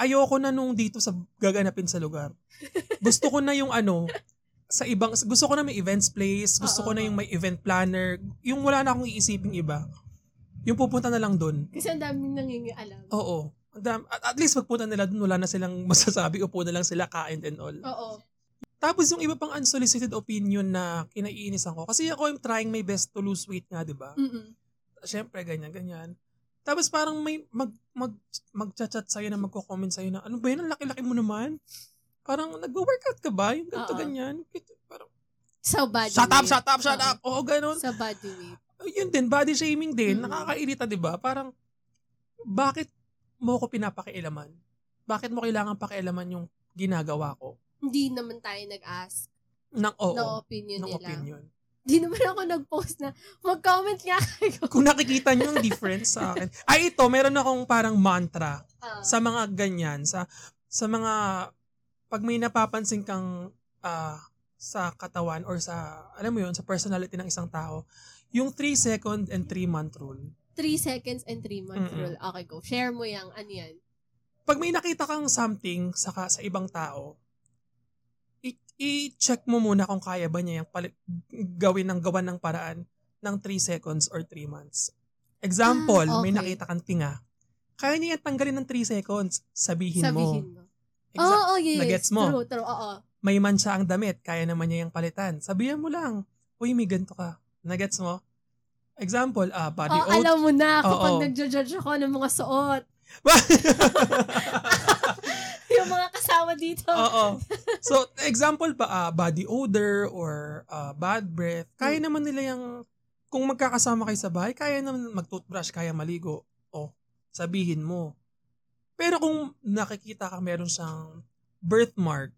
S1: ayoko na nung dito sa gaganapin sa lugar. Gusto ko na yung ano, sa ibang, gusto ko na may events place, gusto ko na yung may event planner, yung wala na akong iisipin iba. Yung pupunta na lang doon.
S2: Kasi ang daming nangingialam. Oo.
S1: Oo. Ang dam- At, at least pagpunta nila doon, wala na silang masasabi, upo na lang sila, kain and all. Tapos yung iba pang unsolicited opinion na kinainisan ko, kasi ako I'm trying my best to lose weight nga, di ba?
S2: Mm-mm.
S1: Siyempre, ganyan, ganyan. Tapos parang may mag, mag, mag-chat-chat sa'yo na magko-comment sa'yo na, ano ba yun, ang laki-laki mo naman? Parang nagwo-workout ka ba? Yung ganito,
S2: Oo.
S1: ganyan. Parang,
S2: Sa body
S1: shut up,
S2: weight.
S1: shut up, shut
S2: Oo.
S1: up. Oo, ganun.
S2: Sa body weight.
S1: yun din, body shaming din,
S2: Mm.
S1: nakakairita, di ba? Parang, bakit mo ko pinapakialaman? Bakit mo kailangan pakialaman yung ginagawa ko?
S2: Hindi naman tayo nag-ask
S1: Ng oo,
S2: ng opinion
S1: ng
S2: nila.
S1: opinion.
S2: Hindi naman ako nag-post na mag-comment nga kayo.
S1: Kung nakikita nyo yung difference sa akin. Ay, ito, meron akong parang mantra
S2: Ah.
S1: sa mga ganyan, sa sa mga, pag may napapansin kang ah, sa katawan or sa, alam mo yun, sa personality ng isang tao, yung 3 second and 3 month rule.
S2: 3 seconds and 3 months
S1: Mm-mm.
S2: rule. Okay, go. Share mo yung ano yan.
S1: pag may nakita kang something sa, ka- sa ibang tao, i- i-check mo muna kung kaya ba niya yung pali- gawin ng gawan ng paraan ng 3 seconds or 3 months. Example,
S2: Ah,
S1: may
S2: okay.
S1: nakita kang tinga. Kaya niya yan tanggalin ng 3 seconds. Sabihin,
S2: Sabihin
S1: mo.
S2: mo. Oo,
S1: Exa-
S2: oh, yes.
S1: Nagets mo.
S2: True, true. Oo.
S1: May man siya ang damit. Kaya naman niya yung palitan. Sabihin mo lang, Uy, may ganito ka. Nagets mo? Example, ah, body
S2: Oh,
S1: odor.
S2: alam mo na kapag
S1: Oo.
S2: nagjo-judge ako ng mga suot. Yung mga kasama dito.
S1: Oo. So, example pa, ah, body odor or ah, bad breath. Kaya
S2: Hmm.
S1: naman nila yung, kung magkakasama kayo sa bahay, kaya naman mag-toothbrush, kaya maligo. O, sabihin mo. Pero kung nakikita ka meron siyang birthmark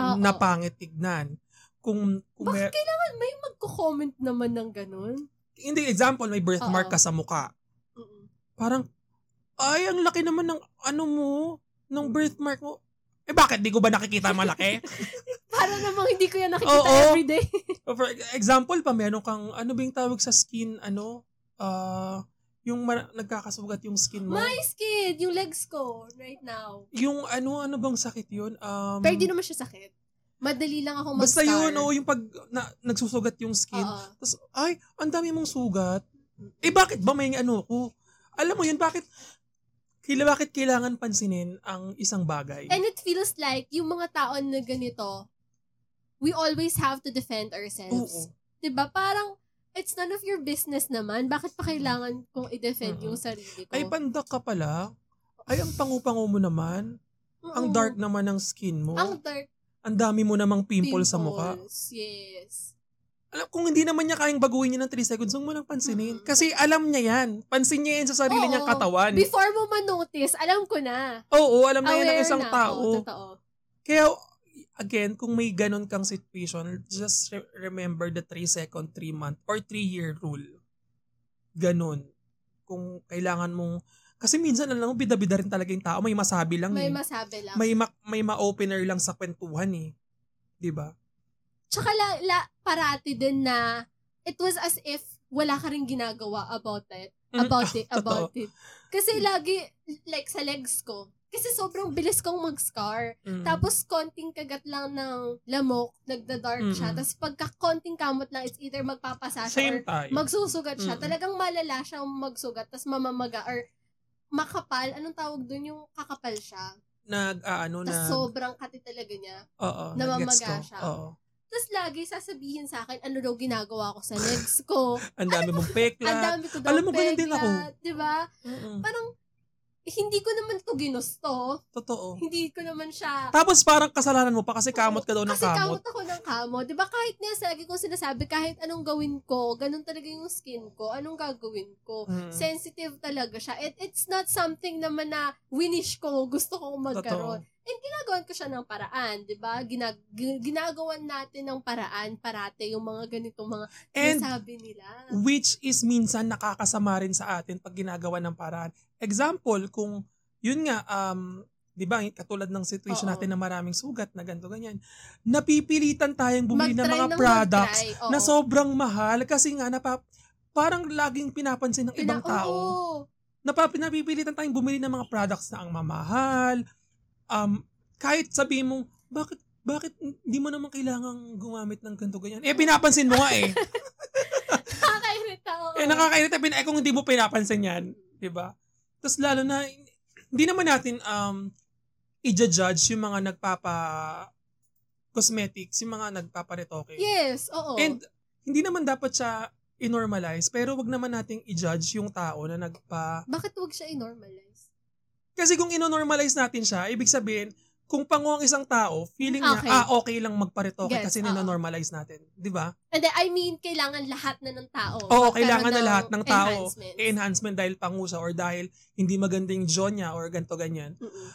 S2: Ah, Oo.
S1: na pangit tignan, kung, kung mer-
S2: Bakit kailangan may magko-comment naman ng ganun?
S1: hindi example, may birthmark
S2: Oo.
S1: ka sa mukha.
S2: Mm-mm.
S1: Parang, ay, ang laki naman ng ano mo, ng
S2: Hmm.
S1: birthmark mo. Eh bakit, di ko ba nakikita malaki?
S2: Para namang hindi ko yan nakikita
S1: Oo.
S2: everyday.
S1: Oh, For example pa, meron kang, ano ba yung tawag sa skin, ano, ah, yung mar- nagkakasugat yung skin mo.
S2: My skin, yung legs ko right now.
S1: yung ano, ano bang sakit yun? Um,
S2: Pero di naman siya sakit. Madali lang ako mag
S1: basta yun, oh, yung pag na, nagsusugat yung skin.
S2: Oo.
S1: Tapos, ay, ang dami mong sugat. Eh, bakit ba may ano ko? Alam mo yun, bakit, kila, bakit kailangan pansinin ang isang bagay?
S2: And it feels like yung mga tao na ganito, we always have to
S1: Oo.
S2: defend ourselves. 'Di ba? Parang, it's none of your business naman. Bakit pa kailangan kong i-defend
S1: Mm-mm.
S2: yung sarili ko?
S1: Ay, pandak ka pala. Ay, ang pangu-pangu mo naman.
S2: Oo.
S1: Ang dark naman ng skin mo.
S2: Ang
S1: Ang,
S2: dark
S1: dami mo namang pimple sa mukha.
S2: pimples. Yes.
S1: alam, kung hindi naman niya kayang baguhin yun ng 3 seconds, huwag mo lang pansinin. Kasi alam niya yan. Pansin niya yan sa sarili
S2: Oo.
S1: niyang katawan.
S2: Before mo man-notice, alam ko na.
S1: Oo, alam na yan Ano? ng
S2: Aware
S1: isang
S2: na
S1: tao.
S2: ako, totoo.
S1: Kaya, again, kung may ganun kang situation, just re- remember the 3 second, 3 month, or 3 year rule. Ganun. Kung kailangan mong, kasi minsan, alam mo, bida-bida rin talaga yung tao. May masabi lang
S2: May
S1: eh.
S2: masabi lang.
S1: may, ma- may ma-opener lang sa kwentuhan eh. 'Di ba?
S2: Tsaka la, la, parati din na it was as if wala ka rin ginagawa about it.
S1: Mm,
S2: About it,
S1: totoo. Mm.
S2: about it. Kasi lagi, like sa legs ko, kasi sobrang bilis kong mag-scar.
S1: Mm.
S2: Tapos konting kagat lang ng lamok, nagda-dark siya.
S1: Mm.
S2: Tapos pagka konting kamot lang, it's either magpapasa siya or
S1: Same tayo.
S2: magsusugat siya.
S1: Mm.
S2: Talagang malala siya magsugat, tapos mamamaga or makapal. Anong tawag dun? Yung kakapal siya.
S1: nag, ah, ano na,
S2: Tapos sobrang kati talaga niya.
S1: oo,
S2: namamaga
S1: nag-gets ko.
S2: siya.
S1: Oo.
S2: Tapos lagi sasabihin sa akin, ano daw ginagawa ko sa legs ko.
S1: Ang dami mong pekla.
S2: Ang dami ko daw
S1: Alam mo, ganun din ako.
S2: Di ba?
S1: Mm-mm.
S2: Parang, eh, hindi ko naman to ginusto.
S1: Totoo.
S2: Hindi ko naman siya...
S1: Tapos parang kasalanan mo pa kasi kamot ka daw ng
S2: Kasi
S1: kamot.
S2: kamot ako ng kamot. Di ba kahit nga sa lagi kong sinasabi, kahit anong gawin ko, ganun talaga yung skin ko, anong gagawin ko.
S1: Mm.
S2: Sensitive talaga siya. It, it's not something naman na winish ko, gusto kong magkaroon.
S1: Totoo.
S2: ginagawan ko siya ng paraan, 'di ba? Ginag gi- ginagawan natin ng paraan parate yung mga ganitong mga
S1: And
S2: nasabi nila.
S1: which is minsan nakakasama rin sa atin pag ginagawa ng paraan. Example, kung yun nga, um, di ba, katulad ng situation
S2: Oo.
S1: natin na maraming sugat na ganito, ganyan, napipilitan tayong bumili ng
S2: Mag-try
S1: mga
S2: ng
S1: products
S2: mag-try, oo.
S1: na sobrang mahal kasi nga, napa, parang laging pinapansin ng
S2: Pina-
S1: ibang tao.
S2: oo.
S1: napap- napipilitan tayong bumili ng mga products na ang mamahal. Um, kahit sabihin mo, bakit bakit hindi mo naman kailangang gumamit ng ganito ganyan? Eh, pinapansin mo nga eh.
S2: Nakakairita, oo.
S1: eh, nakakainit. Eh, pin- eh, kung hindi mo pinapansin yan, di ba? Tapos lalo na, hindi naman natin um, i-judge yung mga nagpapa cosmetics, yung mga nagpaparetoke.
S2: Yes, oo.
S1: And hindi naman dapat siya i-normalize, pero wag naman nating i-judge yung tao na nagpa
S2: Bakit wag siya i-normalize?
S1: Kasi kung inonormalize natin siya, ibig sabihin, kung pango ang isang tao, feeling niya,
S2: Okay.
S1: ah, okay lang magparitoke
S2: Yes,
S1: kasi
S2: oo.
S1: ninonormalize natin. Di ba?
S2: And then, I mean, kailangan lahat na ng tao.
S1: Oo,
S2: magkaroon
S1: kailangan na lahat ng tao.
S2: enhancements.
S1: Eh, enhancement dahil pangusa or dahil hindi magandang jaw niya or ganto ganyan.
S2: Mm-mm.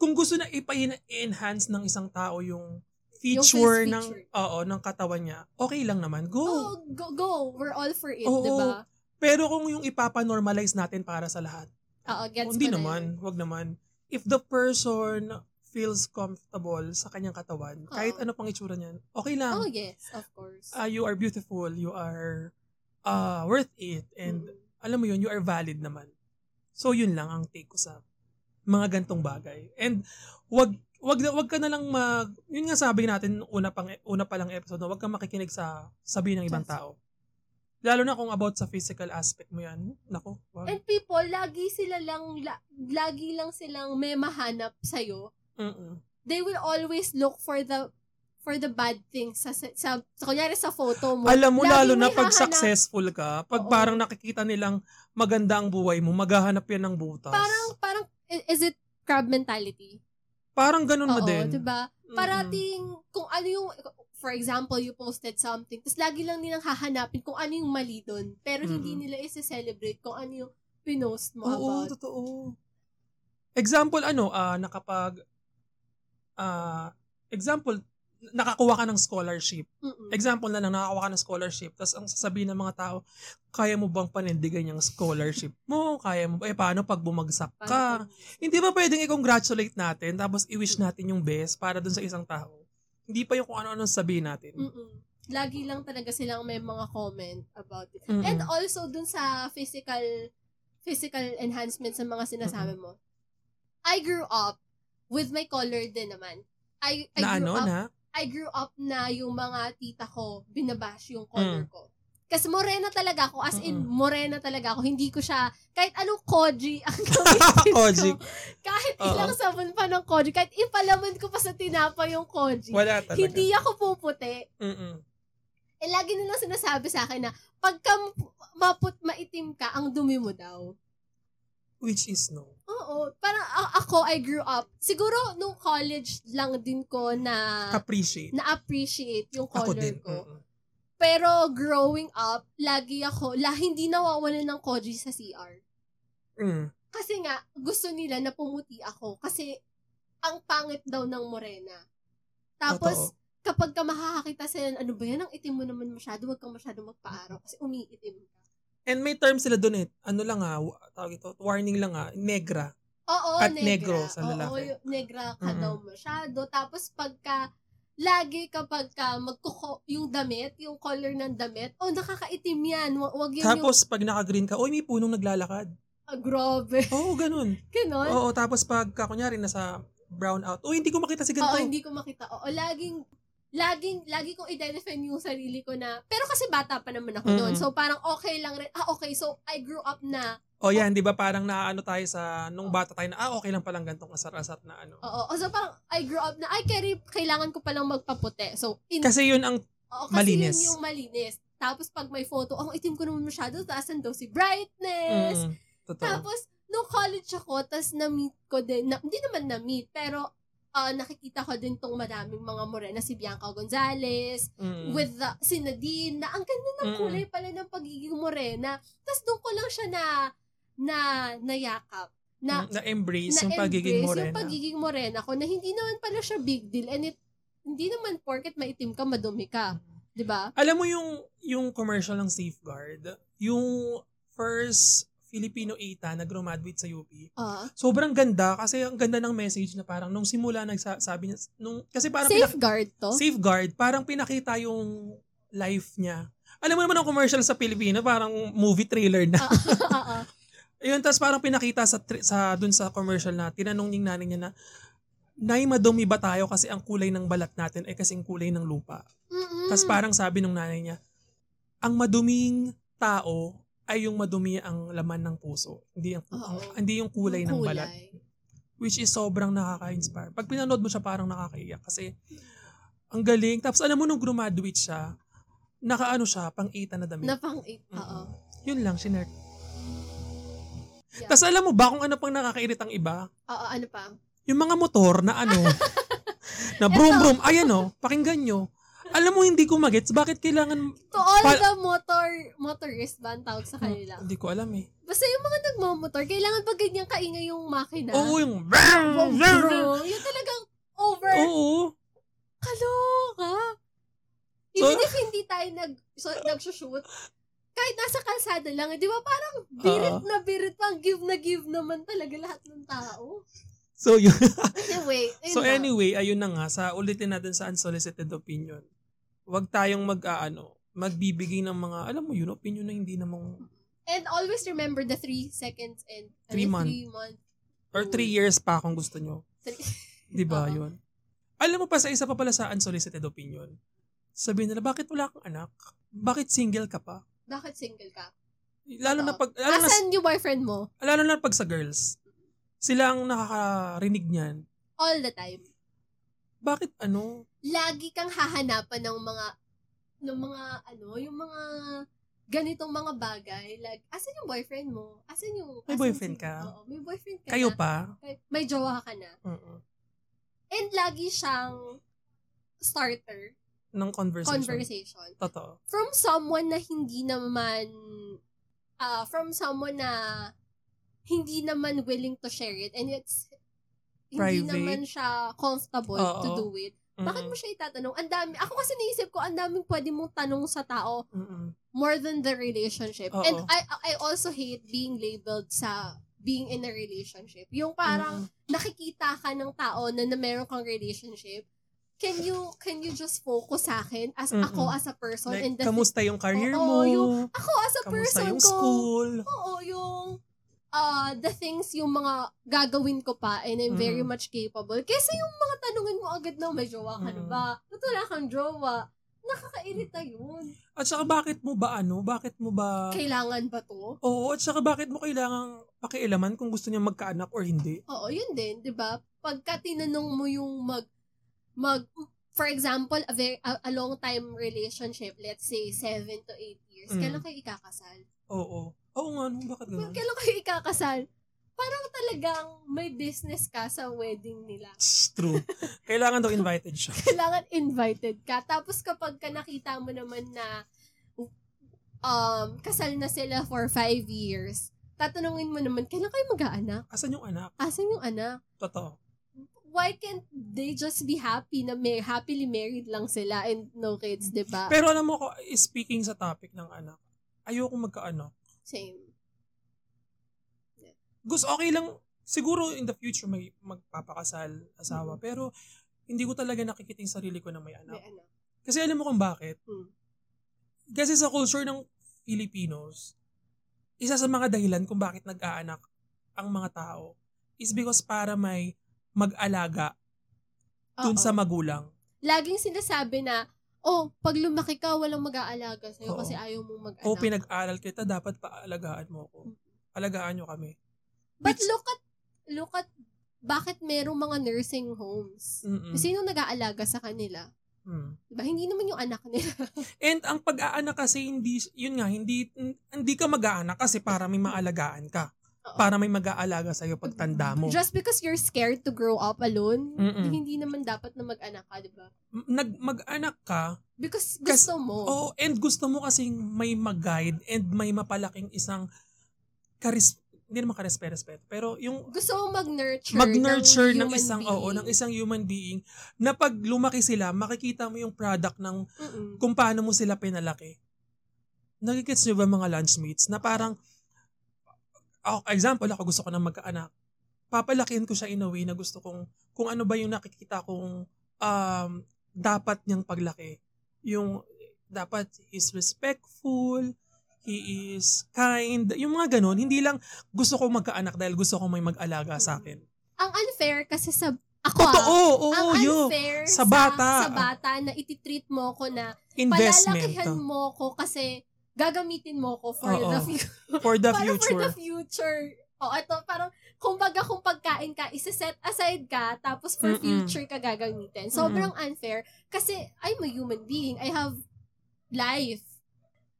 S1: Kung gusto na ipa-enhance ng isang tao yung
S2: face
S1: feature, ng
S2: feature.
S1: oo ng katawan niya, okay lang naman. Go.
S2: Oh, go, go. We're all for it, diba?
S1: Oo.
S2: 'di ba?
S1: Pero kung yung ipapanormalize natin para sa lahat,
S2: Oo, gets
S1: Hindi
S2: ko na
S1: naman,
S2: yun.
S1: wag naman. If the person feels comfortable sa kanyang katawan,
S2: Oo.
S1: kahit ano pang itsura niyan, okay
S2: Oh,
S1: lang.
S2: yes, of course.
S1: Ah, you are beautiful, you are ah, worth it, and
S2: Mm.
S1: alam mo yun, you are valid naman. So yun lang ang take ko sa mga gantong bagay. And wag wag na- wag ka na lang mag yun nga sabi natin una pang una pa lang episode, na wag kang makikinig sa sabi ng ibang
S2: Yes.
S1: tao. Lalo na kung about sa physical aspect mo yan. Nako, wag.
S2: Mm. And people, lagi sila lang, la- lagi lang silang may mahanap sa'yo.
S1: Mm-mm.
S2: They will always look for the for the bad things sa, sa, sa kunyari sa photo mo.
S1: Alam mo,
S2: Lagi
S1: lalo
S2: may
S1: na pag
S2: hahanap.
S1: successful ka, pag
S2: Oo.
S1: parang nakikita nilang maganda ang buhay mo, maghahanap yan ng butas.
S2: Parang, parang, i- is it crab mentality?
S1: parang ganun na
S2: Oo,
S1: din.
S2: diba?
S1: Mm-mm.
S2: Parating, kung ano yung, for example, you posted something, tapos lagi lang nilang hahanapin kung ano yung mali doon, pero hindi
S1: Mm-mm.
S2: nila isi-celebrate kung ano yung pinost mo
S1: Oo,
S2: about.
S1: totoo. Example, ano, ah, nakapag, ah, example, nakakuha ka ng scholarship.
S2: Mm-mm.
S1: Example na lang, nakakuha ka ng scholarship. Tapos ang sasabihin ng mga tao, kaya mo bang panindigan yung scholarship mo? Kaya mo ba? Eh, paano pag bumagsak
S2: Parang
S1: ka?
S2: kung-
S1: hindi ba pwedeng i-congratulate natin tapos i-wish natin yung best para dun sa isang tao? Hindi pa yung kung ano-ano sabihin natin.
S2: Mm-mm. Lagi lang talaga silang may mga comment about it.
S1: Mm-mm.
S2: And also dun sa physical physical enhancement sa mga sinasabi mo. I grew up with my color din naman. I, I
S1: na
S2: grew
S1: ano,
S2: up
S1: na?
S2: I grew up na yung mga tita ko binabash yung color ko. Kasi morena talaga ako. As in,
S1: Hmm. Mm-mm.
S2: morena talaga ako. Hindi ko siya, kahit anong koji ang gamitin
S1: Koji.
S2: ko. Kahit
S1: Oo.
S2: ilang sabon pa ng koji. Kahit ipalaman ko pa sa tinapa yung koji.
S1: Wala talaga.
S2: Hindi ako puputi.
S1: Mm-mm.
S2: Eh, lagi nilang sinasabi sa akin na pagka m- maput maitim ka, ang dumi mo daw.
S1: Which is no.
S2: Oo. Parang a- ako, I grew up. Siguro, nung college lang din ko na
S1: Appreciate.
S2: na-appreciate yung
S1: Ako
S2: color
S1: din.
S2: ko.
S1: Mm-mm.
S2: Pero growing up, lagi ako, la, hindi nawawala ng koji sa CR.
S1: Mm.
S2: Kasi nga, gusto nila na pumuti ako. Kasi, ang pangit daw ng morena. Tapos, kapag ka makakakita sila, ano ba yan, ang itim mo naman masyado, huwag kang masyado magpaaraw kasi umiitim ka.
S1: And may term sila doon eh. Ano lang ah, wa- tawag ito, warning lang ah, negra.
S2: Oo,
S1: At
S2: negra.
S1: negro sa
S2: Oo,
S1: lalaki.
S2: yung negra ka
S1: Mm-mm.
S2: daw masyado. Tapos pagka, lagi kapag ka magkuko, yung damit, yung color ng damit, oh, nakakaitim yan. Wa- Wag yun
S1: Tapos pag naka-green ka, oy may punong naglalakad.
S2: yung, ah, grobe.
S1: Oo, ganun.
S2: Ganon.
S1: Oo, tapos pag ka- kunyari nasa brown out, uy hindi ko makita si ganito.
S2: Oo, hindi ko makita. Oo, laging, laging, lagi kong identify yung sarili ko na, pero kasi bata pa naman ako noon.
S1: Mm.
S2: So, parang okay lang rin. Ah, okay. So, I grew up na.
S1: O yan, di ba parang naano tayo sa, nung bata tayo na, ah okay lang palang gantong asar-asar na ano.
S2: Oo. oh, So, parang I grew up na, ay, carry, kailangan ko palang magpaputi. So, in,
S1: Kasi yun ang,
S2: oo, kasi
S1: malinis.
S2: yun yung malinis. Tapos, pag may photo, ang itim ko naman masyado, taasan daw si brightness.
S1: mm, totoo.
S2: Tapos, nung college ako, tas na-meet ko din, na, hindi naman na-meet, pero ah, nakikita ko din tong madaming mga morena, si Bianca Gonzalez,
S1: Mm.
S2: with the, si Nadine, na ang ganda ng
S1: Mm.
S2: kulay pala ng pagiging morena. Tapos doon ko lang siya na, na, nayakap.
S1: Mm,
S2: Na,
S1: na-embrace
S2: na
S1: yung pagiging
S2: embrace
S1: morena.
S2: Yung pagiging morena ko, na hindi naman pala siya big deal. And it, hindi naman porket maitim ka, madumi ka. Diba? di ba?
S1: Alam mo yung, yung commercial ng Safeguard, yung first Filipino Ita na graduate sa UP,
S2: Ah.
S1: sobrang ganda kasi ang ganda ng message na parang nung simula nagsasabi niya, nung, kasi parang pinak-
S2: safeguard to.
S1: safeguard, parang pinakita yung life niya. Alam mo naman ang commercial sa Pilipino, parang movie trailer na.
S2: Oo.
S1: Ayun, tapos parang pinakita sa, tri- sa dun sa commercial na, tinanong yung nanay niya na, Nay, madumi ba tayo kasi ang kulay ng balat natin ay kasing kulay ng lupa.
S2: Mm-mm.
S1: Tapos parang sabi nung nanay niya, ang maduming tao ay yung madumi ang laman ng puso. Hindi, ang,
S2: Oo.
S1: ang- hindi yung kulay ng balat which is sobrang nakaka-inspire. Pag pinanood mo siya, parang nakakaiyak kasi ang galing. Tapos alam mo, nung graduate siya, nakaano siya, pang ita na damit.
S2: Na pang eight.
S1: Mm.
S2: eh, Oo.
S1: Yun lang, sinert.
S2: Yeah.
S1: Tapos alam mo ba kung ano pang nakakairit ang iba?
S2: Oo, ano pa?
S1: Yung mga motor na ano, na brum brum, ayan o, pakinggan nyo. Alam mo, hindi ko magets, bakit kailangan,
S2: To all
S1: Pa-
S2: the motor, motorist ba ang tawag
S1: Mm.
S2: sa kanila?
S1: hindi ko alam eh.
S2: Basta yung mga nagmamotor, kailangan pag ganyan kaingay yung makina.
S1: Oo, yung
S2: Bro, bro. Yung talagang over.
S1: Oh, Oo.
S2: Kaloka. Even
S1: So-
S2: if hindi tayo nag, so, nagsushoot, kahit nasa kalsada lang, eh, di ba parang birit
S1: Oo.
S2: na birit pang give na give naman talaga lahat ng tao.
S1: So, yun.
S2: Anyway, ayun
S1: So
S2: na.
S1: anyway, ayun na nga, sa ulitin natin sa unsolicited opinion. Huwag tayong mag-aano, magbibigay ng mga, alam mo yun, opinion na hindi namang,
S2: And always remember the three seconds and
S1: Three
S2: ano,
S1: month.
S2: Three month.
S1: or three years pa kung gusto nyo.
S2: Three-
S1: Di ba
S2: Oo.
S1: yun? Alam mo pa sa isa pa pala sa unsolicited opinion, sabihin nila, bakit wala kang anak? Bakit single ka pa?
S2: Bakit single ka?
S1: Lalo na
S2: Totoo.
S1: pag, lalo na,
S2: Asan yung boyfriend mo?
S1: lalo na pag sa girls, sila ang nakakarinig niyan.
S2: All the time.
S1: Bakit ano?
S2: Lagi kang hahanapan ng mga, ng mga, ano, yung mga ganitong mga bagay. Like, asan yung boyfriend mo? Asan yung...
S1: May
S2: asan
S1: boyfriend
S2: si-
S1: ka?
S2: Oo, may boyfriend ka
S1: Kayo
S2: na.
S1: pa?
S2: May- May jowa ka na.
S1: Mm-mm.
S2: And lagi siyang starter,
S1: Ng conversation.
S2: conversation.
S1: Totoo.
S2: From someone na hindi naman, ah from someone na hindi naman willing to share it and it's, hindi
S1: Private.
S2: naman siya comfortable
S1: Oo.
S2: to do it. Bakit
S1: Mm-mm.
S2: mo siya itatanong? Ang dami, ako kasi naisip ko, ang daming pwede mong tanong sa tao
S1: Mm-mm.
S2: more than the relationship.
S1: Oo.
S2: And I I also hate being labeled sa being in a relationship. Yung parang nakikita ka ng tao na, na meron kang relationship. Can you can you just focus sa akin as
S1: Mm-mm.
S2: ako as a person
S1: Like,
S2: and the
S1: kamusta yung career
S2: Oo,
S1: mo?
S2: yung- ako as a
S1: kamusta
S2: person
S1: yung
S2: ko.
S1: school?
S2: Oo, yung uh, the things yung mga gagawin ko pa and I'm very
S1: Mm.
S2: much capable. Kesa yung mga tanungan mo agad na may jowa ka na
S1: Mm.
S2: ba? Ba't wala kang jowa? Nakakairita yun.
S1: At saka bakit mo ba ano? Bakit mo ba...
S2: Kailangan ba to?
S1: Oo, at saka bakit mo kailangang pakialaman kung gusto niya magkaanak or hindi?
S2: Oo, yun din, 'di ba? Pagka tinanong mo yung mag mag for example, a, very, a, a long time relationship, let's say 7 to 8 years,
S1: Mm.
S2: kailan kayo ikakasal?
S1: Oo. Oo nga, no, bakit
S2: Kailan
S1: ganun?
S2: kayo ikakasal? parang talagang may business ka sa wedding nila.
S1: It's true. Kailangan daw invited siya.
S2: Kailangan invited ka. Tapos kapag ka nakita mo naman na um, kasal na sila for five years, tatanungin mo naman, kailan kayo mag-aanak?
S1: Asan yung anak?
S2: Asan yung anak?
S1: Totoo.
S2: why can't they just be happy na may happily married lang sila and no kids, di ba?
S1: Pero alam mo, ko, speaking sa topic ng anak, ayoko magkaanak.
S2: Same.
S1: Gusto, okay lang, siguro in the future may magpapakasal asawa,
S2: Mm-hmm.
S1: pero hindi ko talaga nakikita yung sarili ko na may
S2: May ano.
S1: anak.
S2: anak.
S1: Kasi alam mo kung bakit?
S2: Hmm.
S1: Kasi sa culture ng Filipinos, isa sa mga dahilan kung bakit nag-aanak ang mga tao is because para may mag-alaga dun
S2: Oo.
S1: sa magulang.
S2: Laging sinasabi na, oh, pag lumaki ka, walang mag-aalaga sa'yo
S1: Oo.
S2: kasi ayaw mong mag-anak.
S1: O pinag-aral kita, dapat paalagaan mo ako.
S2: Hmm.
S1: Alagaan nyo kami.
S2: But
S1: Which-
S2: look at, look at, bakit merong mga nursing homes?
S1: Mm-mm.
S2: Sino nag-aalaga sa kanila?
S1: Mm.
S2: Diba? Hindi naman yung anak nila.
S1: And ang pag-aanak kasi hindi yun nga hindi hindi ka mag-aanak kasi para may maalagaan ka.
S2: Oo.
S1: Para may mag-aalaga sa iyo pagtanda mo.
S2: Just because you're scared to grow up alone,
S1: Mm-mm.
S2: hindi naman dapat na mag-anak ka, diba?
S1: M- Nag mag-anak ka.
S2: Because
S1: Kas-
S2: gusto mo.
S1: Oh, and gusto mo kasing may mag-guide and may mapalaking isang karis hindi naman karespe-respeto, pero yung
S2: gusto mo mag-nurture,
S1: mag-nurture ng,
S2: human
S1: isang
S2: being.
S1: oo, ng isang human being na pag lumaki sila, makikita mo yung product ng
S2: Mm-mm.
S1: kung paano mo sila pinalaki. Nagigets nyo ba mga lunchmates na parang, ako, example, ako gusto ko ng magkaanak. Papalakihin ko siya in a way na gusto kong, kung ano ba yung nakikita kong um, dapat niyang paglaki. Yung dapat he is respectful, he is kind, yung mga ganun. Hindi lang gusto ko magkaanak dahil gusto ko may mag-alaga sa akin.
S2: Ang unfair kasi sa ako
S1: Totoo,
S2: ah,
S1: oo,
S2: ang
S1: yun.
S2: unfair
S1: Sa bata.
S2: sa bata na ititreat mo ko na palalakihan
S1: Investment
S2: mo ko kasi gagamitin mo ko for
S1: Oo,
S2: the future.
S1: for the
S2: Parang for
S1: future.
S2: the future. O, ito, parang, kumbaga kung pagkain ka, isa-set aside ka, tapos for
S1: Mm-mm.
S2: future ka gagamitin. Sobrang unfair. Kasi, I'm a human being. I have life.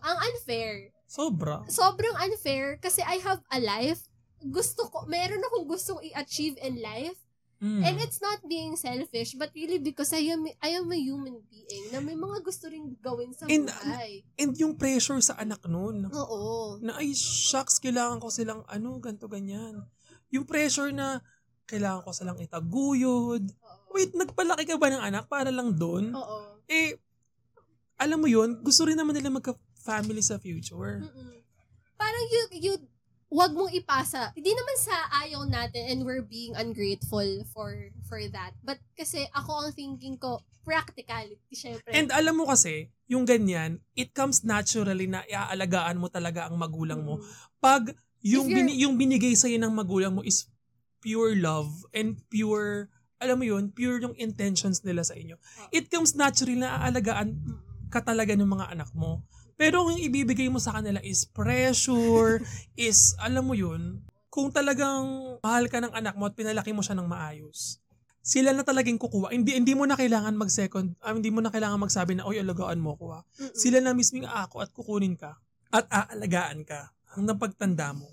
S2: Ang unfair.
S1: Sobra.
S2: sobrang unfair kasi I have a life. Gusto ko, meron akong gustong i-achieve in life.
S1: Mm.
S2: And it's not being selfish, but really because I am I am a human being na may mga gusto rin gawin sa
S1: And-
S2: buhay.
S1: And yung pressure sa anak nun.
S2: Hmm. Oo.
S1: na ay shucks, kailangan ko silang ano, ganto ganyan. Yung pressure na kailangan ko silang itaguyod.
S2: Oo.
S1: Wait, nagpalaki ka ba ng anak para lang doon?
S2: Oo.
S1: Eh, alam mo yun, gusto rin naman nila magka-family sa future.
S2: Mm-mm. Parang you, you, wag mong ipasa. Hindi naman sa ayaw natin and we're being ungrateful for for that. But kasi ako ang thinking ko, practicality, syempre.
S1: And alam mo kasi, yung ganyan, it comes naturally na iaalagaan mo talaga ang magulang mo.
S2: Mm.
S1: Pag yung,
S2: If you're-
S1: bini- yung binigay sa'yo ng magulang mo is pure love and pure, alam mo yun, pure yung intentions nila sa inyo.
S2: Oh.
S1: It comes naturally na aalagaan
S2: Mm-mm.
S1: ka talaga ng mga anak mo. Pero kung yung ibibigay mo sa kanila is pressure, is alam mo yun, kung talagang mahal ka ng anak mo at pinalaki mo siya ng maayos, sila na talagang kukuha. Hindi, hindi mo na kailangan mag-second, ah, hindi mo na kailangan magsabi na, oy, alagaan mo ko ah.
S2: Mm-mm.
S1: Sila na mismo yung ako at kukunin ka at aalagaan ka hanggang pagtanda mo.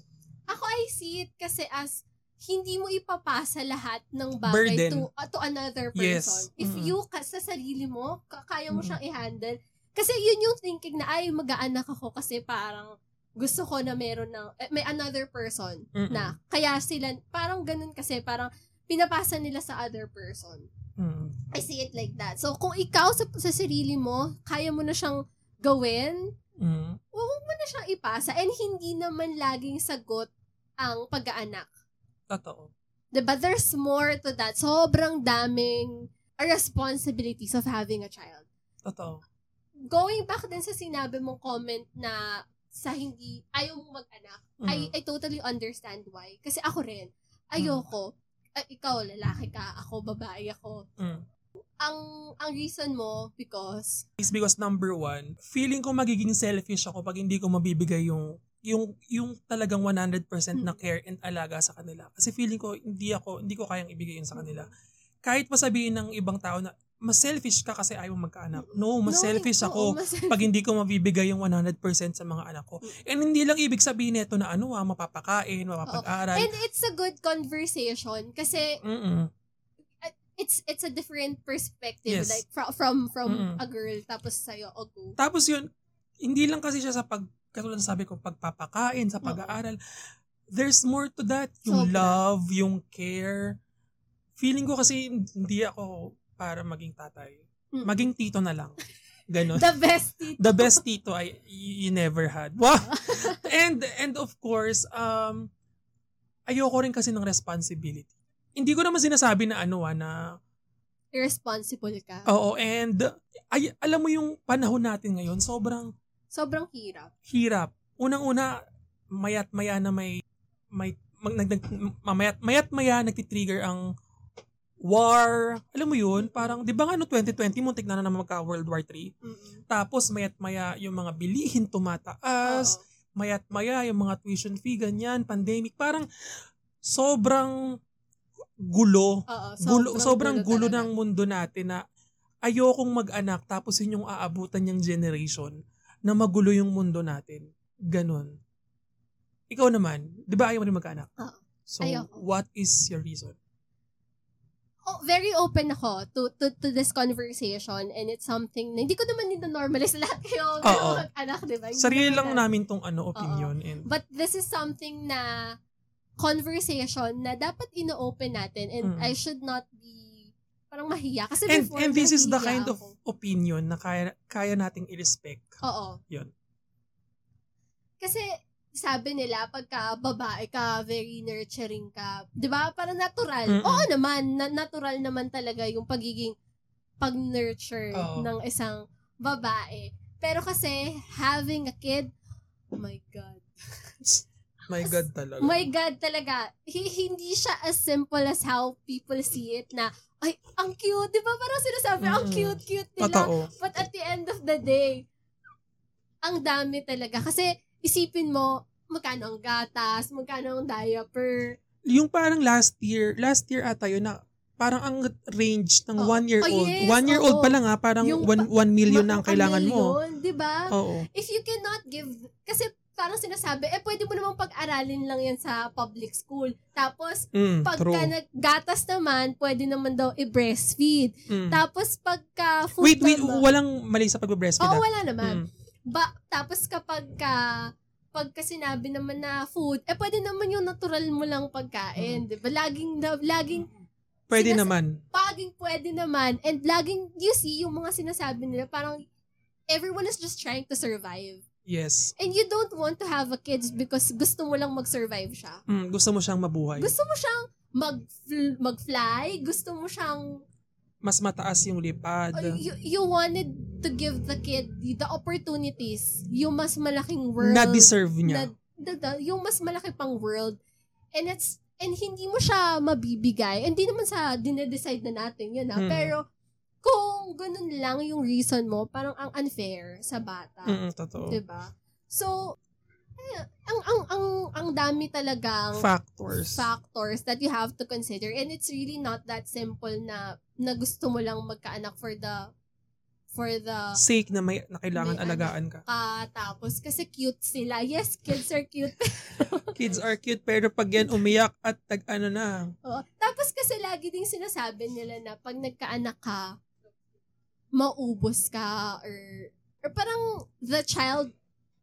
S2: Ako, I see it kasi as hindi mo ipapasa lahat ng bagay
S1: Burden.
S2: to uh, to another
S1: Yes.
S2: person. If
S1: Mm-mm.
S2: you ka, sa sarili mo, ka- kaya mo
S1: Mm-mm.
S2: siyang i-handle. Kasi yun yung thinking na ay mag-aanak ako kasi parang gusto ko na meron ng eh, may another person
S1: Mm-mm.
S2: na kaya sila parang ganun kasi parang pinapasa nila sa other person.
S1: Mm.
S2: I see it like that. So kung ikaw sa, sa sarili mo, kaya mo na siyang gawin,
S1: Mm.
S2: huwag mo na siyang ipasa and hindi naman laging sagot ang pag-aanak.
S1: Totoo.
S2: 'Di ba there's more to that. Sobrang daming responsibilities of having a child.
S1: Totoo.
S2: Going back din sa sinabi mong comment na sa hindi, ayaw mong mag-anak,
S1: Mm.
S2: I, I totally understand why. Kasi ako rin, ayoko. Ah, ikaw, lalaki ka, ako, babae ako.
S1: Mm.
S2: Ang ang reason mo, because,
S1: is because number one, feeling ko magiging selfish ako pag hindi ko mabibigay yung yung yung talagang 100% na care and alaga sa kanila. Kasi feeling ko hindi ako hindi ko kayang ibigay yun sa kanila. Kahit masabihin ng ibang tao na mas selfish ka kasi ayaw mo magkaanak. No, mas
S2: No,
S1: selfish
S2: oo,
S1: ako
S2: mas-
S1: pag hindi ko mabibigay yung 100% sa mga anak ko. And hindi lang ibig sabihin nito na ano ah, mapapakain, mapapag-aral.
S2: And it's a good conversation kasi
S1: Mm-mm.
S2: it's it's a different perspective
S1: Yes.
S2: like fro- from from
S1: Mm-mm.
S2: a girl tapos sa'yo o go.
S1: Tapos yun, hindi lang kasi siya sa pag, katulad ng sabi ko, pagpapakain, sa pag-aaral. There's more to that. Yung
S2: Sobra.
S1: love, yung care. Feeling ko kasi hindi ako para maging tatay.
S2: Mm.
S1: Maging tito na lang. Ganon.
S2: The best tito.
S1: The best tito I you never had. Wow. and and of course, um ayoko rin kasi ng responsibility. Hindi ko naman sinasabi na ano ah, na
S2: Irresponsible ka.
S1: oo and ay, alam mo yung panahon natin ngayon, sobrang
S2: Sobrang hirap.
S1: hirap. Unang-una, mayat-maya na may may mag, nag, nag, mamayat, mayat-maya nagtitrigger ang war. Alam mo yun, parang, di ba nga no, 2020 mo, tignan na naman magka World War 3.
S2: Mm-mm.
S1: Tapos, mayat-maya yung mga bilihin tumataas.
S2: Oo.
S1: Mayat-maya yung mga tuition fee, ganyan, pandemic. Parang, sobrang gulo.
S2: Oo,
S1: gulo sobrang gulo,
S2: Ah, talaga.
S1: ng mundo natin na ayokong mag-anak tapos yun yung aabutan niyang generation na magulo yung mundo natin. Ganon. Ikaw naman, di ba ayaw mo rin mag-anak?
S2: Oo.
S1: So,
S2: Ah, Ayoko.
S1: what is your reason?
S2: oh, very open ako to, to to this conversation and it's something na hindi ko naman din normalize lahat kayo
S1: Oo.
S2: mag anak, di ba? Hindi
S1: Sarili
S2: naman
S1: lang namin tong ano, opinion. And,
S2: But this is something na conversation na dapat ino-open natin and
S1: Mm.
S2: I should not be parang mahiya. Kasi
S1: and,
S2: before,
S1: and this is the
S2: nahihiya
S1: kind of
S2: ako.
S1: opinion na kaya, kaya nating i-respect.
S2: Oo.
S1: Yun.
S2: Kasi sabi nila, pagka babae ka, very nurturing ka. Di ba? Parang natural.
S1: Mm-mm.
S2: Oo naman, na- natural naman talaga yung pagiging pag-nurture
S1: Oo.
S2: ng isang babae. Pero kasi, having a kid, oh my God.
S1: My God talaga.
S2: My God talaga. Hi- hindi siya as simple as how people see it na, ay, ang cute. Di ba? Parang sinasabi, ang
S1: Mm.
S2: cute-cute nila.
S1: Totoo.
S2: But at the end of the day, ang dami talaga. Kasi isipin mo, magkano ang gatas, magkano ang diaper.
S1: Yung parang last year, last year ata yun na parang ang range ng
S2: Oo.
S1: one-year-old.
S2: Oh, yes,
S1: one-year-old
S2: oo.
S1: pa lang ha, parang
S2: Yung
S1: one, one million na ang
S2: Magkano
S1: kailangan mo.
S2: yun, Di ba?
S1: Oo.
S2: If you cannot give, kasi parang sinasabi, eh pwede mo namang pag-aralin lang yan sa public school. Tapos,
S1: Mm, true.
S2: pagka naggatas naman, pwede naman daw i-breastfeed.
S1: Mm.
S2: Tapos, pagka food
S1: Wait, wait,
S2: naman-
S1: walang mali sa pag-breastfeed. ah.
S2: Oo, wala naman.
S1: Mm.
S2: Ba, tapos kapag ka, pagka sinabi naman na food, eh pwede naman yung natural mo lang pagkain, 'di ba? Laging na- laging
S1: Pwede
S2: Sinas-
S1: naman.
S2: paging pwede naman and laging you see yung mga sinasabi nila parang everyone is just trying to survive.
S1: Yes.
S2: And you don't want to have a kids because gusto mo lang mag-survive siya.
S1: Mm, gusto mo siyang mabuhay.
S2: Gusto mo siyang mag mag-fly, gusto mo siyang uh,
S1: Mas mataas yung lipad.
S2: you, you wanted to give the kid the opportunities, yung mas malaking world.
S1: na deserve niya.
S2: na, na, na- yung mas malaki pang world and it's and hindi mo siya mabibigay hindi naman sa dinedecide na natin yun ha
S1: Mm.
S2: pero kung ganun lang yung reason mo parang ang unfair sa bata
S1: Mm, totoo.
S2: 'di ba so eh, ang ang ang ang dami talagang
S1: Factors.
S2: factors that you have to consider and it's really not that simple na na gusto mo lang magkaanak for the for the
S1: Sake na may na kailangan
S2: May ano. anak.
S1: alagaan ka.
S2: ka tapos kasi cute sila yes kids are cute
S1: Kids are cute pero pag yan umiyak at tag ano na.
S2: Oo. Tapos kasi lagi ding sinasabi nila na pag nagkaanak ka, maubos ka or, or parang the child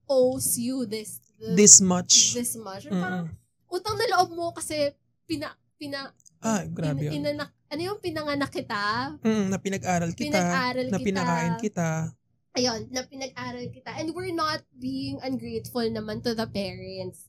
S2: owes you this this,
S1: This much.
S2: this much. Or parang
S1: Mm.
S2: utang na loob mo kasi pina, pina,
S1: Ah, grabe
S2: in-
S1: yun.
S2: inanak, ano yung pinanganak kita?
S1: Mm, na pinag-aral kita.
S2: Pinag-aral
S1: na
S2: kita.
S1: pinakain kita.
S2: Ayun, na pinag-aral kita. And we're not being ungrateful naman to the parents.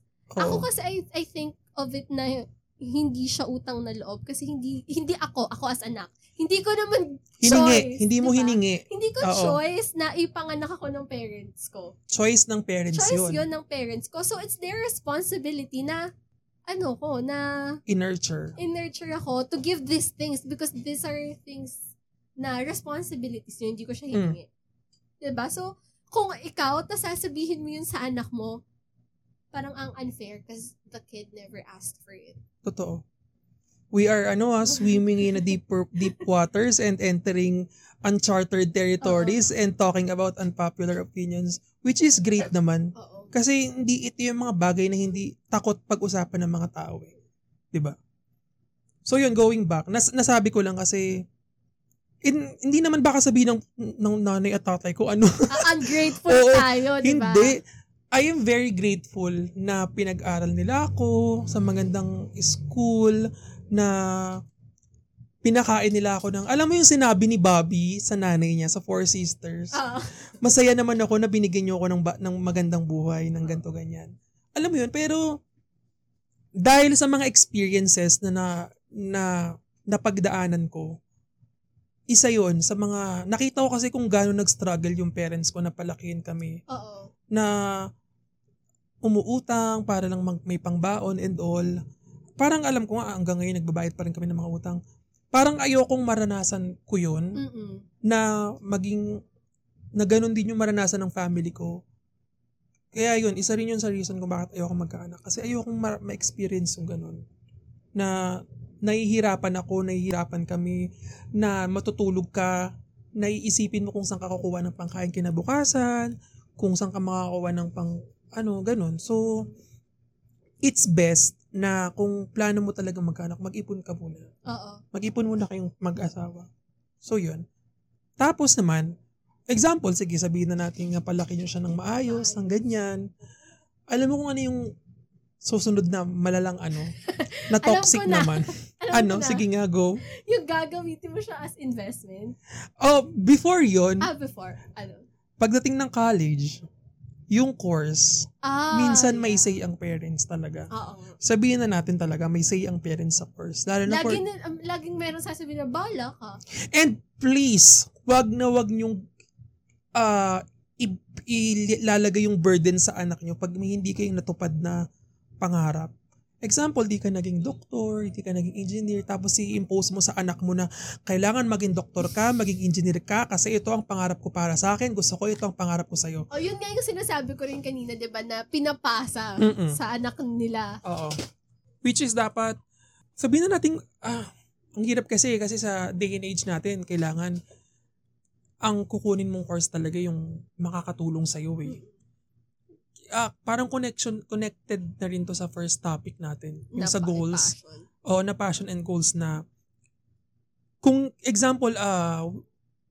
S1: Oo.
S2: Ako kasi I, I think of it na hindi siya utang na loob kasi hindi hindi ako, ako as anak. Hindi ko naman
S1: hiningi.
S2: choice.
S1: Hindi mo
S2: diba?
S1: hiningi.
S2: Hindi ko
S1: Oo.
S2: choice na ipanganak ako ng parents ko.
S1: Choice ng parents
S2: choice
S1: yun.
S2: yun. ng parents ko. So it's their responsibility na ano ko, na
S1: In-nurture.
S2: in-nurture ako to give these things because these are things na responsibilities yun. Hindi ko
S1: Mm.
S2: siya hiningi. Diba? So, kung ikaw, tas sasabihin mo yun sa anak mo, parang ang unfair because the kid never asked for it.
S1: Totoo. we are ano ah, swimming in a deep pur- deep waters and entering uncharted territories and talking about unpopular opinions which is great naman
S2: Oo.
S1: kasi hindi ito yung mga bagay na hindi takot pag-usapan ng mga tao eh. 'Di ba? So yun going back, nas- nasabi ko lang kasi in- hindi naman baka sabihin ng ng nanay at tatay ko ano
S2: Ah, ungrateful
S1: Oo,
S2: tayo, diba? di ba?
S1: Hindi. I am very grateful na pinag-aral nila ako sa magandang school na pinakain nila ako ng, alam mo yung sinabi ni Bobby sa nanay niya, sa Four Sisters,
S2: Oo.
S1: masaya naman ako na binigyan niyo ako ng, ba- ng magandang buhay, ng ganto ganyan. Alam mo yun, pero dahil sa mga experiences na na, na napagdaanan ko, isa yon sa mga, nakita ko kasi kung gaano nag-struggle yung parents ko na palakihin kami
S2: Oo.
S1: na umuutang para lang mag, may pangbaon and all. Parang alam ko nga hanggang ngayon nagbabayad pa rin kami ng mga utang. Parang ayokong maranasan ko yun
S2: Mm-mm.
S1: na maging na ganun din yung maranasan ng family ko. Kaya yun, isa rin yun sa reason kung bakit ayokong magkaanak. Kasi ayokong ma- ma-experience yung ganun. Na nahihirapan ako, nahihirapan kami, na matutulog ka, naiisipin mo kung saan ka kukuha ng pangkain kinabukasan, kung saan ka makakuha ng pang, ano, ganun. So, it's best na kung plano mo talaga magkaanak, mag-ipon ka muna
S2: Oo.
S1: mag-ipon muna kayong mag-asawa. So, yun. Tapos naman, example, sige, sabihin na natin nga palaki nyo siya ng maayos, ng ganyan. Alam mo kung ano yung susunod na malalang ano, na
S2: Alam ko
S1: toxic
S2: na.
S1: naman.
S2: Alam mo
S1: ano,
S2: na,
S1: sige nga, go.
S2: Yung gagamitin mo siya as investment.
S1: Oh, before yon
S2: Ah, before. Ano?
S1: pagdating ng college, yung course,
S2: Ah,
S1: minsan
S2: yeah.
S1: may say ang parents talaga.
S2: Oo.
S1: Sabihin na natin talaga, may say ang parents sa course. Lalo na for
S2: Lagi na, um, laging meron sasabihin na, bala ka.
S1: And please, wag na wag niyong ah, i- ilalagay yung burden sa anak niyo pag may hindi kayong natupad na pangarap. Example, di ka naging doktor, di ka naging engineer, tapos i-impose mo sa anak mo na kailangan maging doktor ka, maging engineer ka, kasi ito ang pangarap ko para sa akin, gusto ko ito ang pangarap ko sa'yo.
S2: O, yun nga yung sinasabi ko rin kanina, di ba, na pinapasa
S1: Mm-mm.
S2: sa anak nila.
S1: Oo. Which is dapat, sabihin na natin, ah, ang hirap kasi, kasi sa day and age natin, kailangan, ang kukunin mong course talaga yung makakatulong sa'yo eh. Ah, parang connection, connected na rin to sa first topic natin. Yung
S2: na
S1: sa
S2: pa-
S1: goals.
S2: passion.
S1: Oo, na passion and goals na, kung example, ah,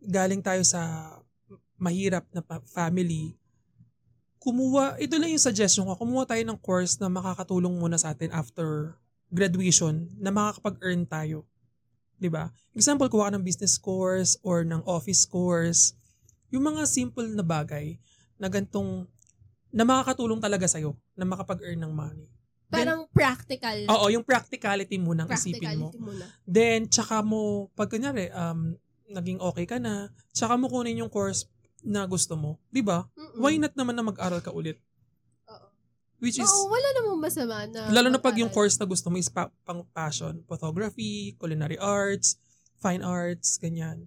S1: galing tayo sa mahirap na pa- family, kumuha, ito lang yung suggestion ko, kumuha tayo ng course na makakatulong muna sa atin after graduation na makakapag-earn tayo. 'Di ba? Example, kuha ka ng business course or ng office course. Yung mga simple na bagay na gantong na makakatulong talaga sa'yo na makapag-earn ng money.
S2: Parang practical.
S1: Oo, yung practicality muna ang isipin mo.
S2: practicality muna.
S1: Then, tsaka mo, pag kunyari, um, naging okay ka na, tsaka mo kunin yung course na gusto mo. 'Di ba?
S2: Mm-mm.
S1: Why not naman na mag-aral ka ulit?
S2: Oo.
S1: Which is,
S2: Oo, wala namang masama na.
S1: lalo na pag yung
S2: mag-aral.
S1: course na gusto mo is pa- pang passion. Photography, culinary arts, fine arts, ganyan.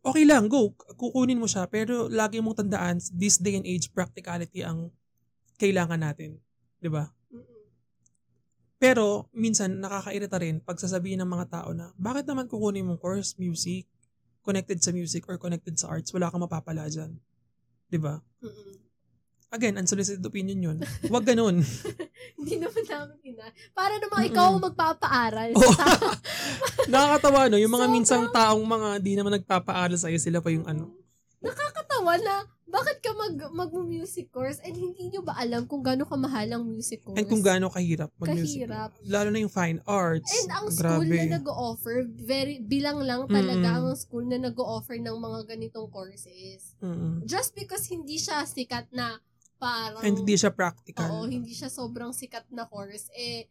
S1: Okay lang, go. Kukunin mo siya. Pero lagi mong tandaan, this day and age, practicality ang kailangan natin. 'Di ba?
S2: Mm-mm.
S1: Pero, minsan, nakakairita rin pag sasabihin ng mga tao na, bakit naman kukunin mong course, music, connected sa music or connected sa arts, wala kang mapapala dyan. 'Di ba?
S2: Mm-mm.
S1: Again, unsolicited opinion yun. Huwag ganun.
S2: Hindi naman namin ina. Para naman ikaw ang magpapaaral.
S1: Oo. Nakakatawa, no? Yung mga
S2: Sobra.
S1: minsang taong mga di naman nagpapaaral sa'yo, sila pa yung ano.
S2: Nakakatawa na, bakit ka mag, mag-music course and hindi nyo ba alam kung gaano kamahal ang music course?
S1: And kung gaano kahirap mag-music.
S2: Kahirap.
S1: Lalo na yung fine arts.
S2: And ang school
S1: Grabe.
S2: na nag-o-offer, very, bilang lang talaga
S1: Mm-mm.
S2: ang school na nag-o-offer ng mga ganitong courses.
S1: Mm-mm.
S2: Just because hindi siya sikat na parang,
S1: And hindi siya practical.
S2: oo, hindi siya sobrang sikat na course, eh,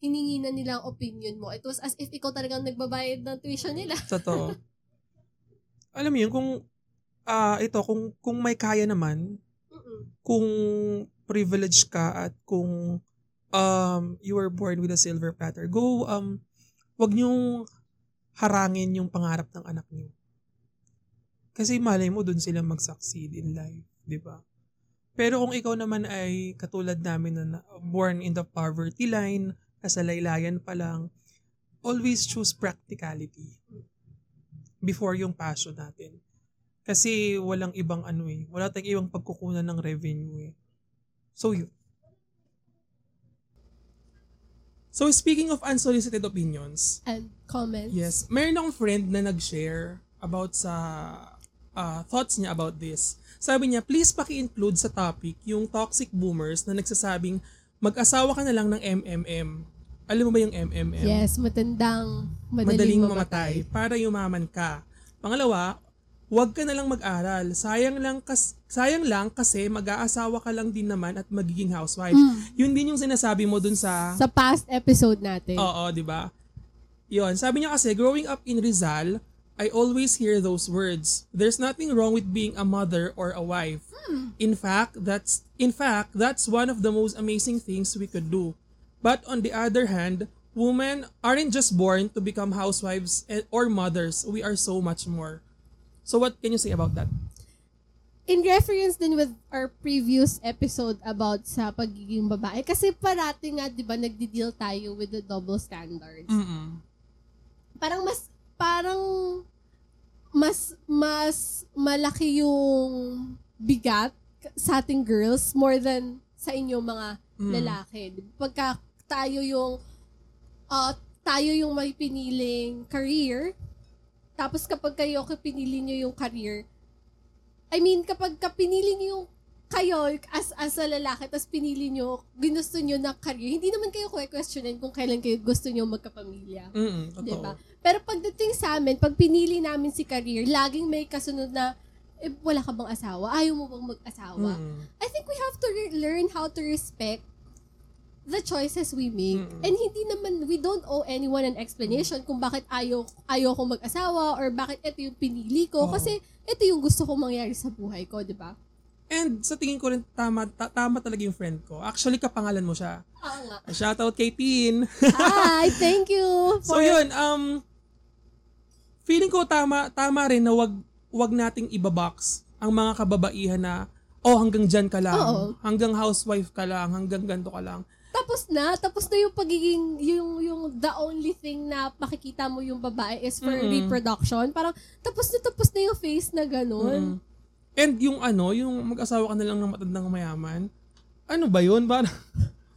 S2: hiningi na nila ang opinion mo. It was as if ikaw talagang nagbabayad ng tuition nila.
S1: Totoo. Alam mo yun, kung ah ito, kung, kung may kaya naman,
S2: Mm-mm.
S1: kung privileged ka at kung um, you were born with a silver platter, go, um, wag niyong harangin yung pangarap ng anak niyo. Kasi malay mo, dun sila mag-succeed in life, di ba? Pero kung ikaw naman ay katulad namin na na born in the poverty line, nasa laylayan pa lang, always choose practicality before yung passion natin. Kasi walang ibang ano eh. Wala tayong ibang pagkukunan ng revenue eh. So yun. So speaking of unsolicited opinions,
S2: And comments.
S1: Yes. Meron akong friend na nag-share about sa ah, thoughts niya about this. Sabi niya, please paki-include sa topic yung toxic boomers na nagsasabing mag-asawa ka na lang ng MMM. Alam mo ba yung MMM?
S2: Yes, matandang,
S1: Madaling,
S2: madaling,
S1: mamatay para yumaman ka. Pangalawa, huwag ka na lang mag-aral. Sayang lang, kas- sayang lang kasi mag-aasawa ka lang din naman at magiging housewife. Yun din yung sinasabi mo dun sa...
S2: Sa past episode natin.
S1: Oo, di ba? Yun, sabi niya kasi, growing up in Rizal, I always hear those words. There's nothing wrong with being a mother or a wife. In fact, that's in fact, that's one of the most amazing things we could do. But on the other hand, women aren't just born to become housewives and, or mothers. We are so much more. So what can you say about that?
S2: in reference din with our previous episode about sa pagiging babae, kasi parati nga, di ba, nagdi-deal tayo with the double standards.
S1: Mm-mm.
S2: Parang mas, parang, mas, mas malaki yung bigat sa ating girls more than sa inyo mga
S1: Mm.
S2: lalaki. Di ba? Pagka tayo yung, uh, tayo yung may piniling career, tapos kapag kayo pinili nyo yung career, I mean, kapag ka pinili niyo yung kayo as, as a lalaki, tapos pinili niyo, ginusto niyo na career, hindi naman kayo questionin kung kailan kayo gusto niyo magkapamilya.
S1: Mm-mm, totoo.
S2: Diba? Pero pagdating sa amin, pag pinili namin si career, laging may kasunod na, eh, wala ka bang asawa? Ayaw mo bang mag-asawa?
S1: Mm-mm.
S2: I think we have to re- learn how to respect the choices we make.
S1: Mm-mm.
S2: And hindi naman, we don't owe anyone an explanation kung bakit ayaw, ayaw ko mag-asawa or bakit ito yung pinili
S1: Oo.
S2: ko. Kasi ito yung gusto ko mangyari sa buhay ko, diba? di ba?
S1: And sa tingin ko rin, tama, ta- tama talaga yung friend ko. Actually, kapangalan mo siya.
S2: Oo nga.
S1: Shoutout kay Tin.
S2: Hi, thank you
S1: So
S2: for
S1: yun, um feeling ko tama tama rin na wag wag nating ibabox ang mga kababaihan na oh hanggang diyan ka lang,
S2: Oo.
S1: hanggang housewife ka lang, hanggang ganto ka lang.
S2: tapos na, tapos na yung pagiging, yung, yung the only thing na makikita mo yung babae is for
S1: Mm-mm.
S2: reproduction. Parang, tapos na tapos na yung face na ganun.
S1: Mm. And yung ano, yung mag-asawa ka na lang ng matandang mayaman. Ano ba 'yun? Para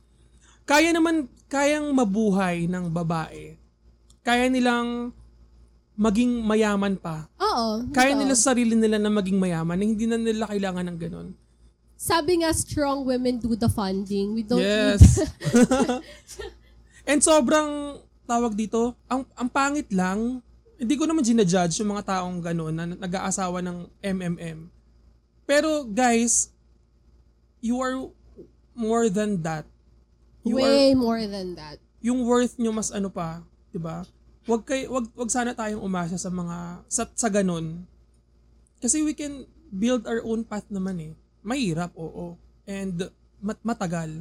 S1: kaya naman kayang mabuhay ng babae. Kaya nilang maging mayaman pa.
S2: Oo.
S1: Kaya
S2: totoo.
S1: nila sa sarili nila na maging mayaman. Hindi na nila kailangan ng ganun.
S2: Sabi nga, strong women do the funding. We don't need
S1: yes. And sobrang tawag dito, ang ang pangit lang. Hindi ko naman ginajudge yung mga taong gano'n na nag-aasawa ng MMM. Pero guys, you are more than that. You are,
S2: way more than that.
S1: yung worth nyo mas ano pa, 'di ba? Wag kay wag wag sana tayong umasa sa mga sa, sa ganun. Kasi we can build our own path naman eh. Mahirap, oo. And mat- matagal.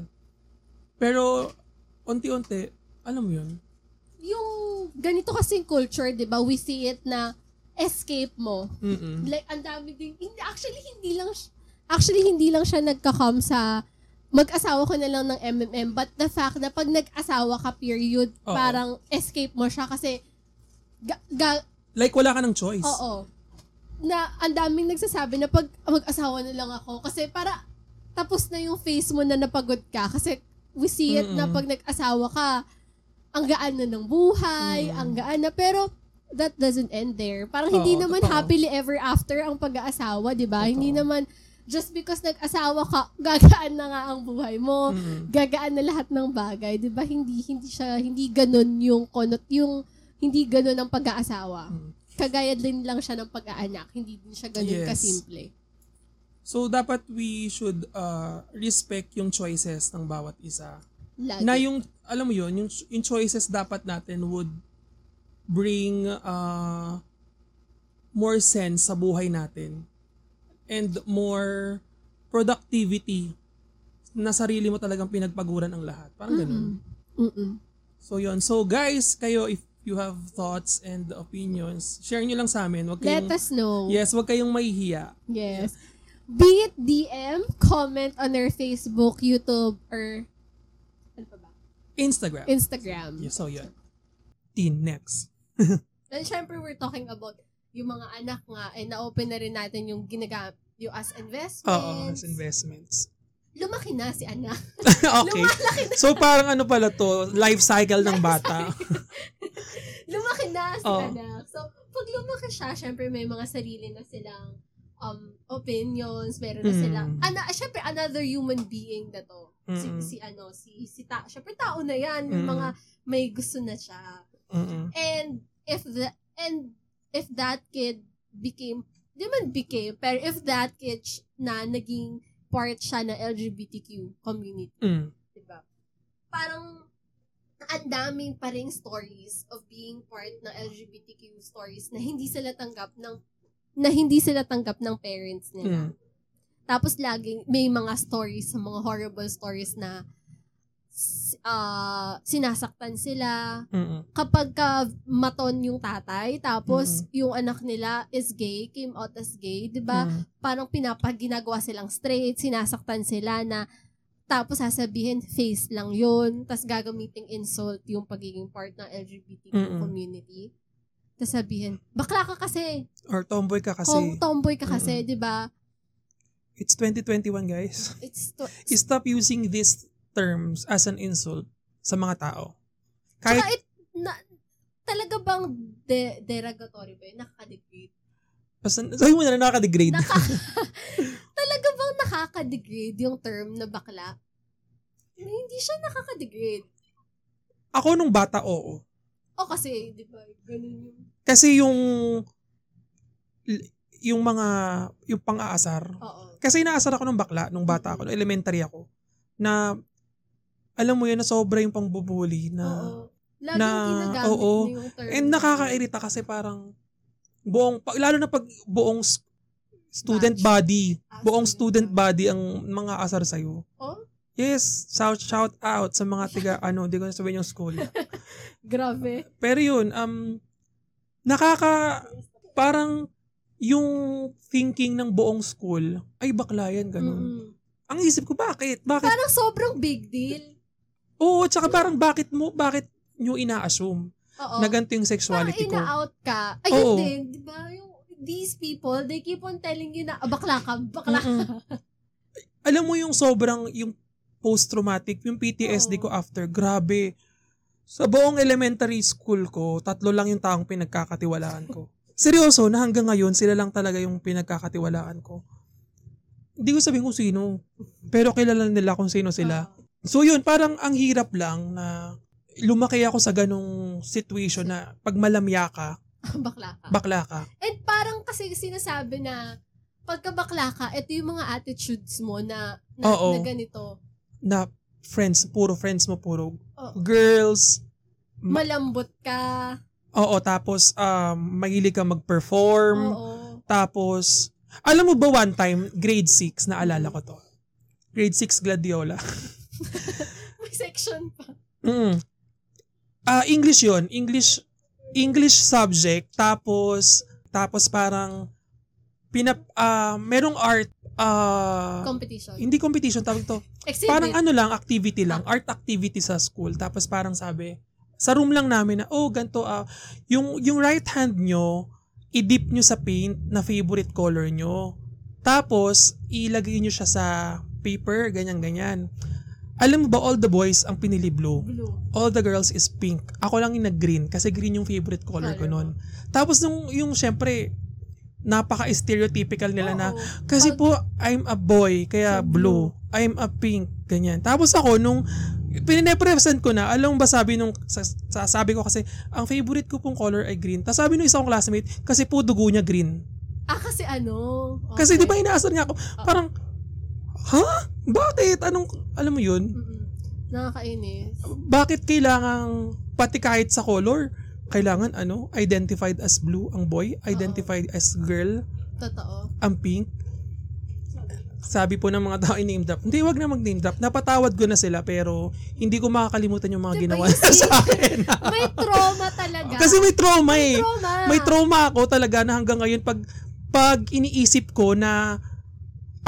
S1: Pero unti-unti, alam mo 'yun.
S2: Yung ganito kasing culture, di ba, we see it na escape mo.
S1: Mm.
S2: Like, ang dami din. hindi- Actually, hindi lang s- actually, hindi lang siya nagka-come sa mag-asawa ko na lang ng MMM. But the fact na pag nag-asawa ka, period,
S1: Oo.
S2: parang escape mo siya kasi ga- ga-
S1: Like wala ka ng choice.
S2: Oo. Na ang daming nagsasabi na pag ah, mag-asawa na lang ako kasi para tapos na yung face mo na napagod ka kasi we see it na
S1: Mm-mm.
S2: pag nag-asawa ka ang gaan na ng buhay, ang gaan na pero that doesn't end there. Parang hindi
S1: Oo,
S2: naman
S1: totoo.
S2: happily ever after ang pag-aasawa, 'di ba?
S1: Totoo.
S2: Hindi naman just because nag-asawa ka, gagaan na nga ang buhay mo
S1: Mm.
S2: gagaan na lahat ng bagay, 'di ba? Hindi hindi siya hindi ganun yung konot yung hindi ganun ang pag-aasawa.
S1: Mm.
S2: Kagaya din lang siya ng pag-aanak, hindi din siya ganun
S1: Yes.
S2: kasimple.
S1: So dapat we should uh, respect yung choices ng bawat isa.
S2: Lagi.
S1: na yung alam mo yun yung, yung choices dapat natin would bring uh, more sense sa buhay natin and more productivity na sarili mo talagang pinagpaguran ang lahat parang ganun
S2: Mm-mm.
S1: so yun so guys kayo if you have thoughts and opinions share nyo lang sa amin wag
S2: Let
S1: kayong
S2: us know.
S1: yes wag kayong mahihiya
S2: Yes. Be it DM, comment on our Facebook, YouTube, or ano pa ba?
S1: Instagram
S2: Instagram.
S1: Yeah, so yun 15. Next.
S2: Then, syempre, we're talking about yung mga anak nga, and na-open na rin natin yung ginagamit, yung as investments.
S1: Oo, as investments.
S2: Lumaki na si anak.
S1: okay.
S2: Lumalaki na.
S1: So parang ano pala to, life cycle ng bata.
S2: lumaki na si
S1: Oo.
S2: anak. So, pag lumaki siya, syempre may mga sarili na silang um, opinions, meron na
S1: Mm.
S2: silang, ana, syempre another human being na to. Si,
S1: Mm-mm.
S2: si ano, si, si ta, syempre tao na yan, may
S1: Mm-mm.
S2: mga, may gusto na siya.
S1: Mm-mm.
S2: And if the and if that kid became, di man became, pero if that kid sh- na naging part siya ng LGBTQ community,
S1: Mm.
S2: di ba? Diba? Parang ang daming pa ring stories of being part ng LGBTQ stories na hindi sila tanggap ng na hindi sila tanggap ng parents
S1: Mm.
S2: nila. Tapos laging may mga stories, mga horrible stories na s- ah, sinasaktan sila,
S1: Mm-mm.
S2: kapag ka maton yung tatay, tapos yung anak nila is gay, came out as gay, diba? di ba?
S1: Mm.
S2: Parang pinapag ginagawa silang straight, sinasaktan sila na tapos sasabihin face lang yun, tapos gagamitin insult yung pagiging part ng LGBTQ
S1: Mm-mm.
S2: community. Tapos sabihin, bakla ka kasi,
S1: Or tomboy ka
S2: Kung
S1: kasi.
S2: tomboy ka kasi, di ba?
S1: It's 2021, guys.
S2: It's to-
S1: Stop using these terms as an insult sa mga tao.
S2: Tsaka
S1: Kahit
S2: it, na, talaga bang de- derogatory ba yun? Nakaka-degrade.
S1: pasan, sabi mo na lang nakaka-degrade.
S2: Naka, talaga bang nakaka-degrade yung term na bakla? Hindi siya nakaka-degrade.
S1: Ako nung bata, oo.
S2: O kasi, di ba, ganun yung...
S1: Kasi yung yung mga yung pang-aasar.
S2: Oo.
S1: Kasi inaasar ako nung bakla nung bata ako, nung elementary ako na alam mo yun na sobra yung pangbubuli na
S2: oo. Laging
S1: na-
S2: ginagamit
S1: oo.
S2: na yung term.
S1: And nakakairita kasi parang buong, pa- lalo na pag buong s- student body,
S2: Ah,
S1: buong student
S2: student
S1: body ang mga asar sa'yo.
S2: Oh?
S1: Yes, shout, shout out sa mga tiga, ano, di ko na sabihin yung school.
S2: Grabe.
S1: Pero yun, um, nakaka, parang yung thinking ng buong school, ay bakla yan, ganun.
S2: Mm-mm.
S1: Ang isip ko, bakit? Bakit?
S2: Parang sobrang big deal.
S1: Oo, tsaka parang bakit mo, bakit nyo ina-assume
S2: Oo.
S1: na ganito yung
S2: Parang
S1: sexuality ko?
S2: ina-out ka. Ayun
S1: Oo.
S2: din, di ba? Yung these people, they keep on telling you na, "Ah, bakla ka, bakla ka.
S1: Mm-mm. Alam mo yung sobrang, yung post-traumatic, yung PTSD ko
S2: Oo.
S1: after, grabe. Sa buong elementary school ko, tatlo lang yung taong pinagkakatiwalaan ko. Seryoso, na hanggang ngayon, sila lang talaga yung pinagkakatiwalaan ko. Hindi ko sabihin kung sino, pero kilala nila kung sino sila.
S2: Oo.
S1: So yun, parang ang hirap lang na lumaki ako sa ganong situation na pag malamya ka,
S2: bakla ka.
S1: bakla ka.
S2: And parang kasi sinasabi na pagkabakla ka, ito yung mga attitudes mo na, na,
S1: Oo.
S2: na ganito.
S1: Na friends, puro friends mo, puro
S2: Oo.
S1: girls, Ma-
S2: Malambot ka.
S1: Oo, tapos um, mahilig ka mag-perform.
S2: Oo.
S1: Tapos, alam mo ba one time, grade 6, naalala ko to. Grade 6 gladiola.
S2: May section pa.
S1: Mm. Ah, English 'yon, English English subject tapos tapos parang pinap ah, merong art ah,
S2: Competition.
S1: hindi competition tawag to.
S2: Exhibit.
S1: Parang ano lang, activity lang, art activity sa school. Tapos parang sabi, sa room lang namin na, oh, ganito, ah, yung, yung right hand nyo, i-dip nyo sa paint na favorite color nyo. Tapos, ilagay nyo siya sa paper, ganyan-ganyan. Alam mo ba, all the boys ang pinili blue.
S2: Blue.
S1: All the girls is pink. Ako lang yung nag-green kasi green yung favorite color ko
S2: Color mo.
S1: noon. Tapos nung yung syempre napaka-stereotypical nila na
S2: Oo.
S1: kasi
S2: Pag-
S1: po I'm a boy kaya
S2: So
S1: blue. I'm a pink ganyan. Tapos ako nung pinipresent ko na, alam mo ba sabi nung sa- sa- sabi ko kasi ang favorite ko pong color ay green. Tapos sabi nung isang kong classmate kasi po dugo niya green.
S2: Ah, kasi ano. Okay. Ah.
S1: Kasi di ba inaasar niya ako? Parang ha? Bakit? Anong alam mo 'yun?
S2: Mm-mm. Nakakainis.
S1: bakit kailangang pati kahit sa color, kailangan ano, identified as blue ang boy,
S2: Ah.
S1: identified as girl
S2: Totoo.
S1: ang pink. Sabi po ng mga tao name drop. Hindi, wag na mag-name drop. Napatawad ko na sila pero hindi ko makakalimutan yung mga
S2: Diba,
S1: ginawa
S2: you
S1: nila
S2: see?
S1: sa akin.
S2: May trauma talaga.
S1: Kasi may trauma eh.
S2: trauma.
S1: May trauma ako talaga na hanggang ngayon pag pag iniisip ko na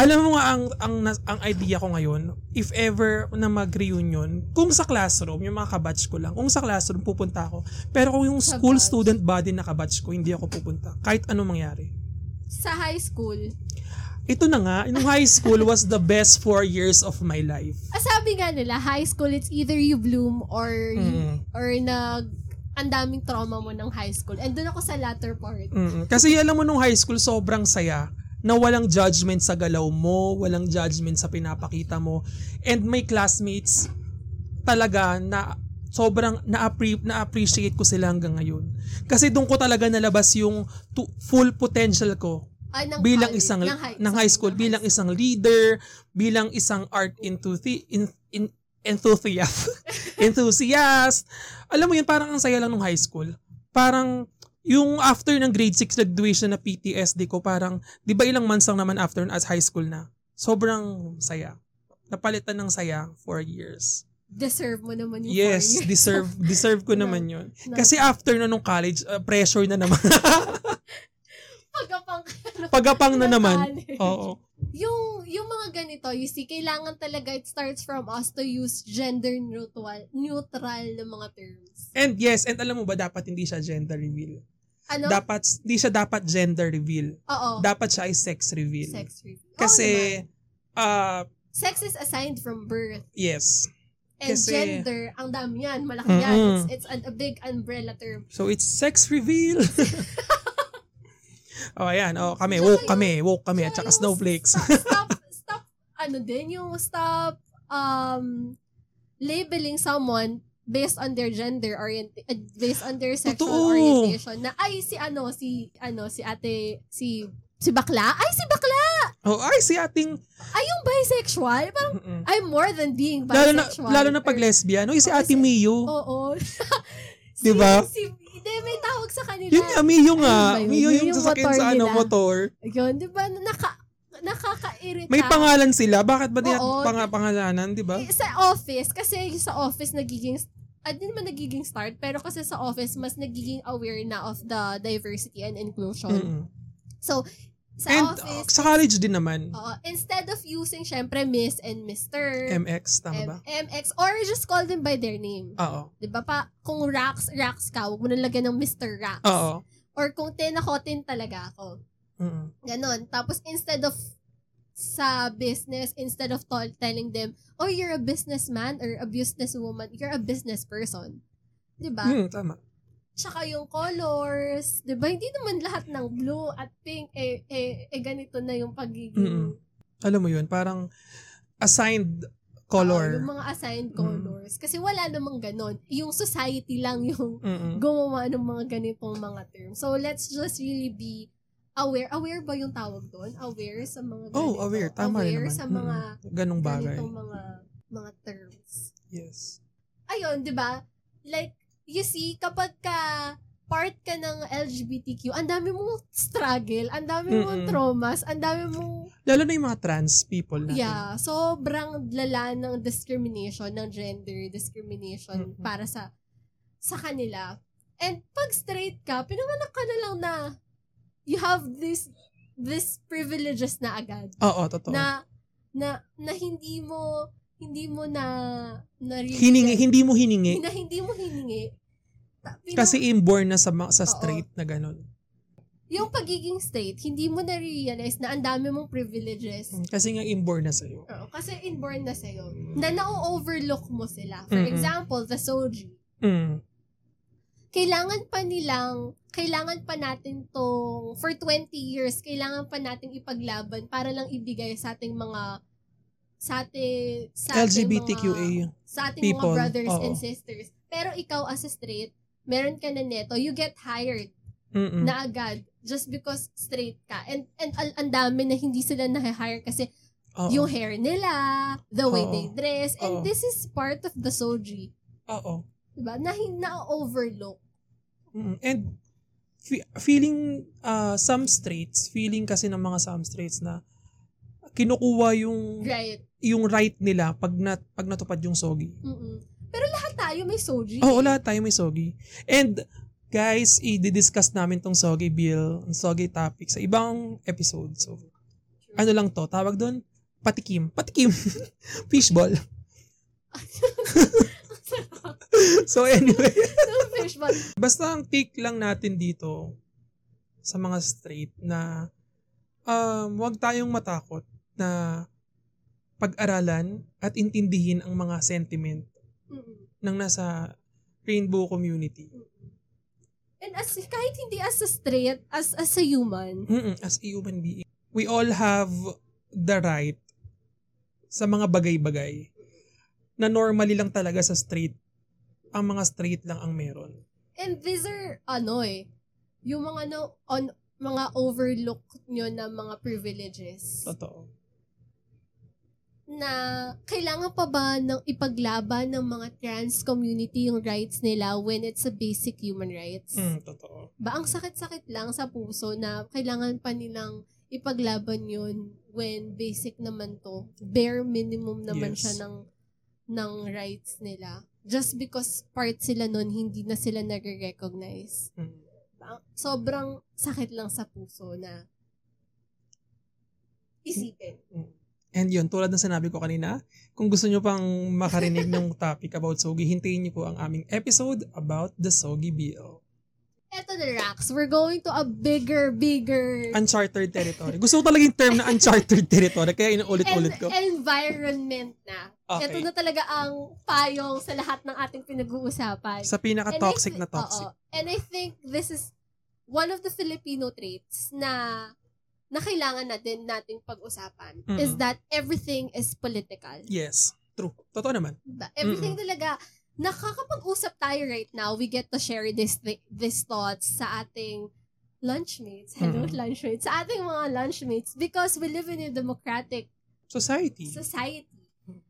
S1: Alam mo nga ang ang nas- ang idea ko ngayon, if ever na mag-reunion, kung sa classroom, yung mga kabatch ko lang, kung sa classroom pupunta ako. Pero kung yung school
S2: Kabatch.
S1: student body na kabatch ko, hindi ako pupunta. Kahit anong mangyari.
S2: Sa high school.
S1: Ito na nga, yung high school was the best four years of my life.
S2: Ah, sabi nga nila, high school, it's either you bloom or you-
S1: Mm.
S2: or nag ang daming trauma mo ng high school. And doon ako sa latter part.
S1: Mm-mm. Kasi alam mo nung high school, sobrang saya na walang judgment sa galaw mo, walang judgment sa pinapakita mo. And my classmates talaga na sobrang na-appre- na-appreciate ko sila hanggang ngayon. Kasi doon ko talaga nalabas yung tu- full potential ko
S2: Ah, ng
S1: bilang
S2: college,
S1: isang
S2: ng high,
S1: ng high school,
S2: ng
S1: bilang isang leader, bilang isang art enthusi- in- in- enthusiast. enthusiast. Alam mo yun, parang ang saya lang nung high school. Parang yung after ng grade 6 graduation na PTSD ko, parang, di ba ilang months lang naman after as high school na? Sobrang saya. Napalitan ng saya for years.
S2: Deserve mo naman yung
S1: Yes,
S2: four years.
S1: deserve deserve ko
S2: No,
S1: naman yun.
S2: no.
S1: Kasi after na nung college, uh, pressure na naman.
S2: Pagkapang
S1: Pagapang na
S2: ng
S1: naman.
S2: college.
S1: Oo.
S2: Yung, yung mga ganito, you see, kailangan talaga it starts from us to use gender neutral neutral na mga terms.
S1: And yes, and alam mo ba, dapat hindi siya gender reveal.
S2: Ano?
S1: Dapat, hindi siya dapat gender reveal.
S2: Oo.
S1: Dapat siya ay sex reveal.
S2: Oh. sex Oh, diba? reveal. Oo naman.
S1: Kasi, ah,
S2: sex is assigned from birth.
S1: yes.
S2: And
S1: Kasi-
S2: gender, ang dami yan. Malaki yan.
S1: Mm-mm.
S2: It's, it's an- a big umbrella term.
S1: So, it's sex reveal. oh, ayan. Oh, kami.
S2: Tsaka
S1: Woke
S2: yung-
S1: kami. Woke kami. At saka
S2: Tsaka yung
S1: snowflakes.
S2: sta- stop, stop, ano din, yung stop um, labeling someone based on their gender orient uh, based on their sexual
S1: Totoo.
S2: orientation na ay si ano si ano si ate si si bakla ay si bakla
S1: oh, ay, si ating...
S2: ay yung bisexual parang
S1: Mm-mm.
S2: I'm more than being
S1: Lalo na,
S2: bisexual
S1: lalo na pag
S2: Or-
S1: lesbian. Uy, si
S2: Oh,
S1: Ate
S2: kasi-
S1: Miyu.
S2: oo si,
S1: Di ba?
S2: si, hindi may tawag sa kanila
S1: Diba? Yun nga, Miyu nga.
S2: diba? Ayun ba yun?
S1: Miyu
S2: Yun ah.
S1: yung
S2: yung
S1: sasakyan
S2: motor
S1: sa ano,
S2: nila.
S1: motor.
S2: Yun, di ba? Naka, nakakairita.
S1: May pangalan sila. Bakit ba nila
S2: Oo.
S1: pang- pangalanan, di ba?
S2: Eh, Sa office, kasi sa office nagiging, ah, di naman nagiging start, pero kasi sa office, mas nagiging aware na of the diversity and inclusion.
S1: Mm-mm.
S2: So, sa
S1: And uh,
S2: office,
S1: sa college din naman.
S2: oo, instead of using, syempre, miss and mister,
S1: MX, tama ba? Ah.
S2: M- MX, or just call them by their name.
S1: Oo.
S2: Di ba pa, kung Rax, Rax ka, huwag mo na lagyan ng Mr. Rax.
S1: Oo.
S2: Or kung Tin ako, Tin talaga ako.
S1: Mm.
S2: Ganon. Tapos, instead of sa business, instead of tol- telling them, oh, you're a businessman or a businesswoman, you're a business person. 'Di ba?
S1: Mm, tama.
S2: Tsaka yung colors, 'di ba? Hindi naman lahat ng blue at pink, eh, eh, eh ganito na yung
S1: Mm-mm.
S2: pagiging,
S1: Alam mo yun, parang assigned
S2: Ah, yung
S1: color.
S2: mga assigned
S1: Mm.
S2: colors. Kasi wala namang ganon. Yung society lang yung
S1: Mm-mm.
S2: gumawa ng mga ganitong mga term. So, let's just really be aware. Aware ba yung tawag doon? Aware sa mga ganito.
S1: Oh, aware. Tama rin
S2: aware
S1: naman.
S2: sa mga
S1: Mm-mm. Ganong bagay.
S2: ganitong mga mga terms.
S1: Yes.
S2: Ayun, 'di ba? Like you see kapag ka part ka ng LGBTQ, ang dami mong struggle, ang dami mong
S1: Mm-mm.
S2: traumas, ang dami mong
S1: Lalo na yung mga trans people natin.
S2: yeah, sobrang lala ng discrimination, ng gender discrimination
S1: Mm-mm.
S2: para sa sa kanila. And pag straight ka, pinanganak ka na lang na you have this this privileges na agad
S1: Oo, totoo.
S2: na na na hindi mo hindi mo na na
S1: hiningi, hindi mo hiningi.
S2: na hindi mo hiningi Ta- pina-
S1: Kasi inborn na sa, ma- sa
S2: Oo.
S1: straight na ganun.
S2: yung pagiging straight hindi mo na realize na ang dami mong privileges
S1: Mm, Kasi nga inborn na sa'yo.
S2: Oo, kasi inborn na sa'yo na na-overlook mo sila for
S1: Mm-mm.
S2: example the soji
S1: Mm.
S2: kailangan pa nilang kailangan pa natin tong for 20 years kailangan pa nating ipaglaban para lang ibigay sa ating mga sa ating sa ating mga-
S1: LGBTQA.
S2: sa ating
S1: People,
S2: mga brothers
S1: oo.
S2: and sisters. Pero ikaw as a straight, meron ka na neto, you get hired
S1: Mm-mm.
S2: na agad just because straight ka. And and al- ang dami na hindi sila na-hire kasi
S1: Oo.
S2: yung hair nila, the way
S1: Oo.
S2: they dress, and
S1: Oo.
S2: this is part of the soji.
S1: Oo.
S2: Diba? Na, na-overlook.
S1: Mm, And fe- feeling uh, some straights, feeling kasi ng mga some straights na kinukuha yung
S2: Right.
S1: yung right nila pag nat pag natupad yung sogi.
S2: Mm-mm. Pero lahat tayo may soji.
S1: Oo, lahat tayo may sogi. And guys, i-discuss namin tong sogi bill, ang sogi topic sa ibang episode. So, ano lang to, tawag doon, patikim. Patikim. Fishball. so anyway,
S2: Fishball.
S1: basta ang take lang natin dito sa mga straight na um, huwag tayong matakot na pag-aralan at intindihin ang mga sentiment
S2: Mm.
S1: ng nasa rainbow community.
S2: And as, kahit hindi as a straight, as, as a human,
S1: Mm-mm, as a human being, we all have the right sa mga bagay-bagay na normally lang talaga sa straight. Ang mga straight lang ang meron.
S2: And these are, ano eh, yung mga no, on, mga overlook nyo na mga privileges
S1: Totoo.
S2: na kailangan pa ba ng ipaglaban ng mga trans community yung rights nila when it's a basic human rights?
S1: Mm, totoo.
S2: Ba ang sakit-sakit lang sa puso na kailangan pa nilang ipaglaban yun when basic naman to. Bare minimum naman
S1: Yes.
S2: siya ng ng rights nila. Just because part sila nun, hindi na sila nare-recognize
S1: Mm.
S2: ang- Diba? sobrang sakit lang sa puso na isipin.
S1: And yun, tulad ng sinabi ko kanina, kung gusto nyo pang makarinig ng topic about Sogi, hintayin nyo po ang aming episode about the Sogi Bill.
S2: Eto na, Rax. We're going to a bigger, bigger
S1: Uncharted territory. Gusto ko talaga yung term na uncharted territory, kaya inuulit-ulit
S2: en-
S1: ko.
S2: environment na.
S1: Okay.
S2: Ito na talaga ang payong sa lahat ng ating pinag-uusapan.
S1: Sa
S2: And I
S1: pinaka-toxic
S2: thi-
S1: na toxic.
S2: Oo. And I think this is one of the Filipino traits na na kailangan natin nating pag-usapan
S1: Mm.
S2: is that everything is political.
S1: Yes, true. Totoo naman.
S2: Diba? Everything talaga, nakakapag-usap tayo right now. We get to share this thi- these thoughts sa ating lunchmates. Hello,
S1: Mm.
S2: lunchmates. Sa ating mga lunchmates because we live in a democratic
S1: Society.
S2: society.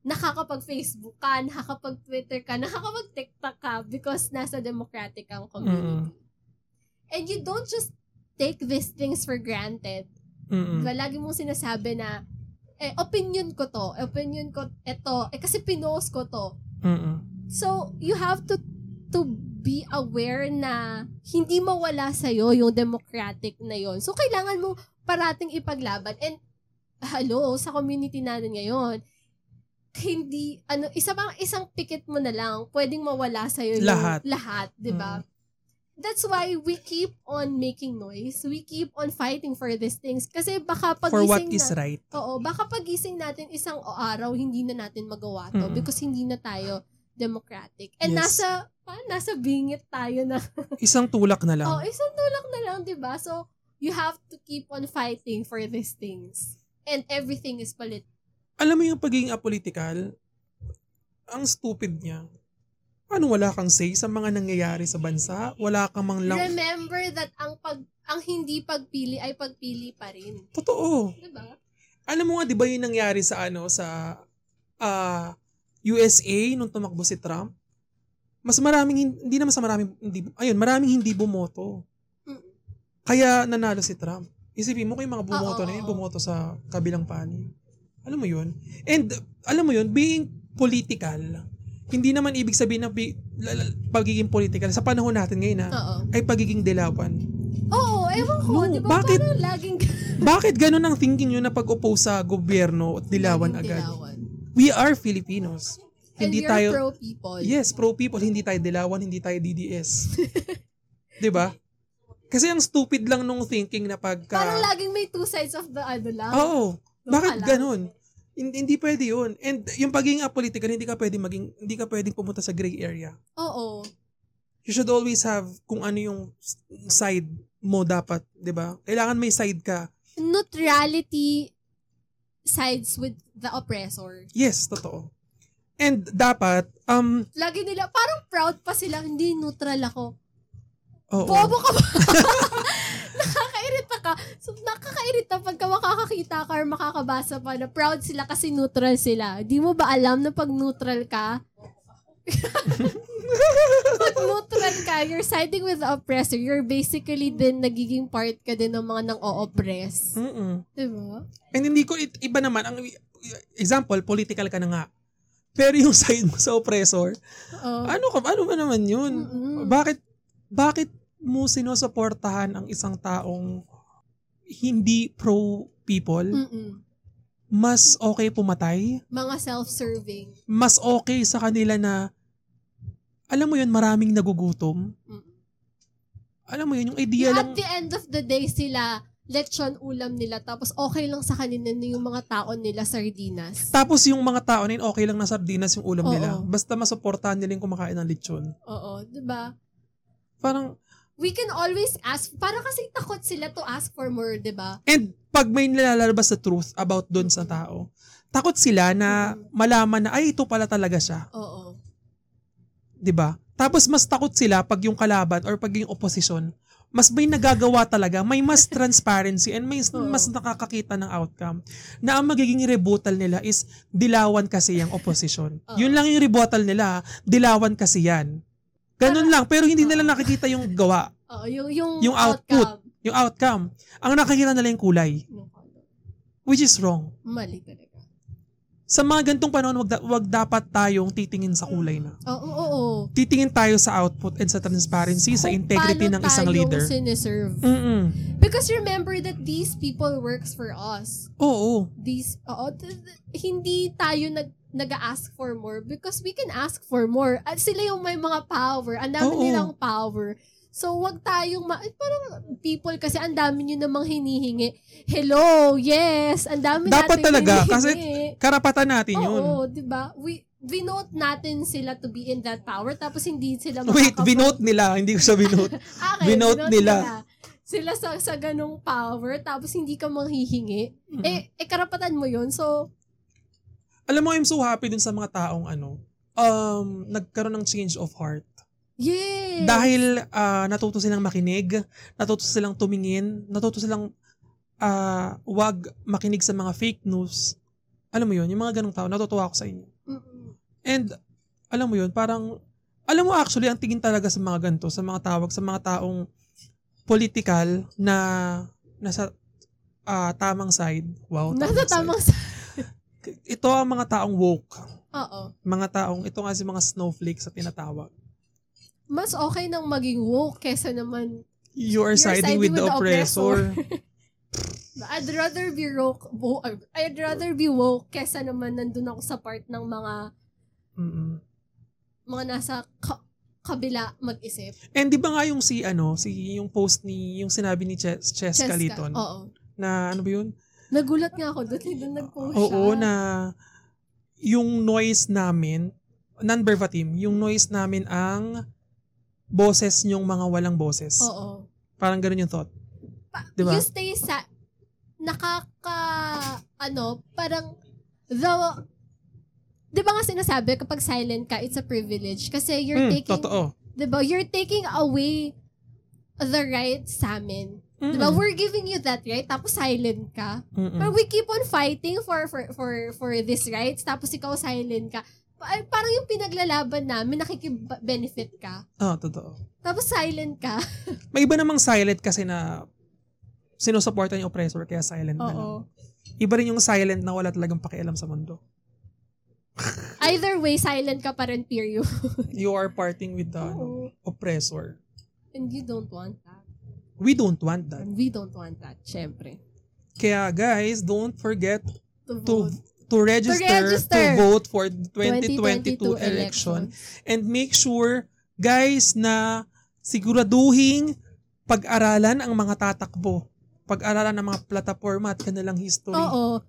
S2: Nakakapag-Facebook ka, nakakapag-Twitter ka, nakakapag-TikTok ka because nasa democratic ang community. And you don't just take these things for granted.
S1: Mm-mm.
S2: Diba, lagi mong sinasabi na, eh, opinion ko to, opinion ko eto, eh, kasi pinost ko to.
S1: Mm-mm.
S2: So, you have to to be aware na hindi mawala sa'yo yung democratic na yon. So, kailangan mo parating ipaglaban. And, hello, sa community natin ngayon, hindi, ano, isa pang isang pikit mo na lang, pwedeng mawala sa'yo
S1: Lahat. Mm.
S2: yung lahat, di ba? That's why we keep on making noise. We keep on fighting for these things. Kasi baka
S1: For what
S2: pagising na,
S1: is right.
S2: Oo, baka pagising natin isang araw, hindi na natin magawa to
S1: Mm.
S2: because hindi na tayo democratic.
S1: Yes.
S2: And nasa, pa, nasa bingit tayo na.
S1: Isang tulak na lang.
S2: Oo, isang tulak na lang, di ba? So, you have to keep on fighting for these things. And everything is palit.
S1: Alam mo yung pagiging apolitical, ang stupid niya. Ano wala kang say sa mga nangyayari sa bansa? Wala ka mang lang...
S2: Remember that ang pag ang hindi pagpili ay pagpili pa rin.
S1: Totoo.
S2: Di ba?
S1: Alam mo nga, di ba yung nangyari sa ano, sa ah, USA nung tumakbo si Trump? Mas maraming, hin- hindi naman sa maraming, hindi, ayun, maraming hindi bumoto.
S2: Mm.
S1: Kaya nanalo si Trump. Isipin mo kay mga bumoto
S2: Oo,
S1: na yun,
S2: oo.
S1: bumoto sa kabilang panig. Alam mo yun? And alam mo yun, being political, hindi naman ibig sabihin na bi- la- la- pagiging political sa panahon natin ngayon ha,
S2: Oo.
S1: ay pagiging dilawan.
S2: Oo, ewan ko.
S1: No,
S2: di ba?
S1: bakit-
S2: Parang laging
S1: Bakit ganun ang thinking nyo na pag-oppose sa gobyerno at dilawan
S2: laging
S1: agad?
S2: dilawan.
S1: We are Filipinos.
S2: And
S1: Hindi
S2: we're
S1: tayo
S2: pro-people.
S1: Yes, pro people, hindi tayo dilawan, hindi tayo DDS. 'Di ba? Diba? Kasi ang stupid lang nung thinking na pagka
S2: Parang laging may two sides of the ano lang.
S1: Oo.
S2: Doon
S1: Bakit
S2: ka lang.
S1: ganun? Hin- Hindi pwede yun. And yung pagiging apolitical, hindi ka pwede maging, hindi ka pwedeng pumunta sa gray area.
S2: Oo.
S1: You should always have kung ano yung s- side mo dapat, di ba? Kailangan may side ka.
S2: Neutrality sides with the oppressor.
S1: Yes, totoo. And dapat, um,
S2: Lagi nila, parang proud pa sila, hindi neutral ako.
S1: oo.
S2: Bobo ka ba? nakakairita ka. So, nakakairita pagka makakakita ka or makakabasa pa na proud sila kasi neutral sila. Di mo ba alam na pag neutral ka, pag neutral ka, you're siding with the oppressor. You're basically din nagiging part ka din ng mga nang o-oppress.
S1: Mm-mm.
S2: Diba?
S1: And hindi ko, it, iba naman, ang example, political ka na nga. Pero yung side mo sa oppressor,
S2: Oo.
S1: ano ka, ano ba naman yun?
S2: Mm-mm.
S1: Bakit, bakit mo sinusuportahan ang isang taong hindi pro people,
S2: Mm-mm.
S1: mas okay pumatay,
S2: Mga self-serving.
S1: mas okay sa kanila na, alam mo yun, maraming nagugutom.
S2: Mm-mm.
S1: Alam mo yun, yung idea lang,
S2: Mm. At the end of the day, sila, lechon ulam nila. Tapos okay lang sa kanila na yung mga tao nila, sardinas.
S1: tapos yung mga tao na yun, okay lang na sardinas yung ulam
S2: Oo.
S1: nila. Basta masuportahan nila yung kumakain ng lechon.
S2: Oo, di ba?
S1: Parang,
S2: We can always ask. Para kasi takot sila to ask for more, diba? di ba?
S1: And pag may nilalabas na truth about doon sa tao, takot sila na malaman na, ay, ito pala talaga siya.
S2: Oo.
S1: 'di ba? Tapos mas takot sila pag yung kalaban or pag yung opposition, mas may nagagawa talaga, may mas transparency and may
S2: Oo.
S1: mas nakakakita ng outcome na ang magiging rebuttal nila is dilawan kasi yung opposition.
S2: Oo.
S1: Yun lang yung rebuttal nila, dilawan kasi yan. Ganun lang, pero hindi nila nakikita yung gawa,
S2: Oo, yung, yung,
S1: Yung output. yung outcome. Ang nakikita nila yung kulay,
S2: outcome. Yung color.
S1: which is wrong.
S2: Mali talaga.
S1: sa mga gantong panahon, wag, da- wag dapat tayong titingin sa kulay na.
S2: Oo, oo, oo.
S1: Titingin tayo sa output and sa transparency, sa
S2: Kung
S1: integrity
S2: paano
S1: ng isang
S2: tayong
S1: leader.
S2: siniserve.
S1: Mm-mm.
S2: Because remember that these people works for us.
S1: Oo.
S2: these oo, t- t- hindi tayo nag nag-ask for more because we can ask for more. At sila yung may mga power. Ang dami
S1: Oo.
S2: nilang power. So, wag tayong ma- eh, parang people kasi ang dami nyo namang hinihingi. Hello, yes, ang dami
S1: Dapat
S2: nating
S1: talaga,
S2: hinihingi.
S1: kasi Karapatan natin yun.
S2: Oo, di ba? We, binote natin sila to be in that power tapos hindi sila
S1: Wait,
S2: makaka- Ah,
S1: binote nila. Hindi ko siya binote.
S2: Akin,
S1: binote
S2: binote
S1: nila.
S2: Sila sa, sa ganong power tapos hindi ka manghihingi.
S1: Mm.
S2: Eh, eh, karapatan mo yun. So,
S1: Alam mo, I'm so happy dun sa mga taong ano, um, nagkaroon ng change of heart.
S2: Yes.
S1: Dahil ah, natuto silang makinig, natuto silang tumingin, natuto silang ah, wag makinig sa mga fake news. Alam mo yun, yung mga ganong tao, natutuwa ako sa inyo.
S2: Mm-mm.
S1: And alam mo yun, parang alam mo actually ang tingin talaga sa mga ganito, sa mga tawag, sa mga taong political na nasa ah, tamang side. Wow,
S2: Nasa
S1: tamang
S2: tamang sa...
S1: side. Ito ang mga taong woke.
S2: Oo.
S1: Mga taong, ito nga si mga snowflakes sa tinatawag.
S2: Mas okay nang maging woke kesa naman...
S1: You are
S2: You're
S1: siding, with, the, oppressor.
S2: I'd rather be woke... wo- I'd rather be woke kesa naman nandun ako sa part ng mga
S1: Mm-mm.
S2: mga nasa ka- kabila mag-isip.
S1: And di ba nga yung si ano, si yung post ni yung sinabi ni Ches, Ches
S2: Cheska.
S1: Caliton
S2: Oo.
S1: na ano ba yun?
S2: Nagulat nga ako doon. Doon nag-post siya.
S1: Oo, na yung noise namin, non-verbatim, yung noise namin ang boses yung mga walang boses.
S2: Oo.
S1: Parang ganun yung thought.
S2: Pa-
S1: Di ba?
S2: You stay sa... Nakaka... Ano? Parang... The... Di ba nga sinasabi, kapag silent ka, it's a privilege. Kasi you're
S1: Mm,
S2: taking
S1: Totoo.
S2: Diba? You're taking away the right sa amin.
S1: Mm,
S2: Diba? We're giving you that right, tapos silent ka.
S1: mm, mm.
S2: But we keep on fighting for for for for this rights, tapos ikaw silent ka. Pa- ay, Parang yung pinaglalaban namin, nakikib-benefit ka.
S1: Oo, Ah, totoo.
S2: Tapos silent ka.
S1: May iba namang silent kasi na sinusuporta yung oppressor kaya silent na lang.
S2: Oo.
S1: Iba rin yung silent na wala talagang pakialam sa mundo.
S2: Either way, silent ka pa rin, period.
S1: You are parting with the ano,
S2: Oo.
S1: oppressor.
S2: And you don't want that.
S1: We don't want that.
S2: And we don't want that, syempre.
S1: Kaya guys, don't forget
S2: To
S1: to
S2: vote.
S1: to register, to
S2: register.
S1: vote for 2022, election. and make sure guys na siguraduhin pag-aralan ang mga tatakbo pag-aralan ang mga plataforma at kanilang history.
S2: Oo.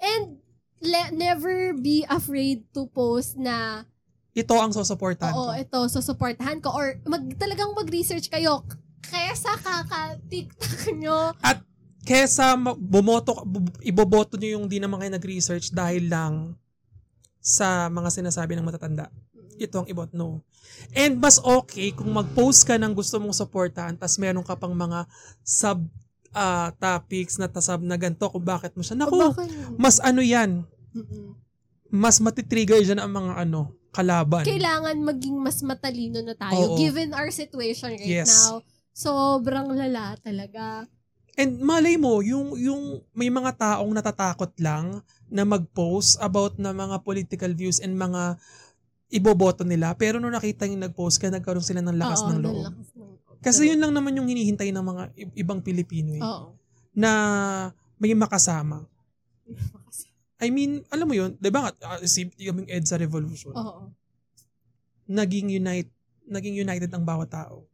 S2: And le- never be afraid to post na
S1: Ito ang susuportahan ko.
S2: Oo, ito, susuportahan ko. Or mag, talagang mag-research kayo. Kesa kaka-tiktok nyo.
S1: Kesa ma- bumoto, bu- iboboto nyo yung di naman kayo nag-research dahil lang sa mga sinasabi ng matatanda. Ito ang ibot no. And mas okay kung mag-post ka ng gusto mong suportahan tas meron ka pang mga sub ah, topics na tasab na ganito kung bakit mo siya. Naku,
S2: Baka-
S1: mas ano yan,
S2: Mm-mm.
S1: mas matitrigger dyan ang mga ano, kalaban.
S2: Kailangan maging mas matalino na tayo
S1: Oo.
S2: given our situation right
S1: Yes.
S2: now. Sobrang lala talaga.
S1: And malay mo, yung, yung may mga taong natatakot lang na mag-post about na mga political views and mga iboboto nila. Pero nung nakita yung nag-post ka, nagkaroon sila ng lakas
S2: Oo,
S1: ng
S2: ng
S1: loob.
S2: lakas ng loob.
S1: Kasi yun lang naman yung hinihintay ng mga i- ibang Pilipino. Eh.
S2: Oo.
S1: na may makasama. I mean, alam mo yun, di ba nga, ah, si yung EDSA Revolution,
S2: Oo.
S1: naging, unite, naging united ang bawat tao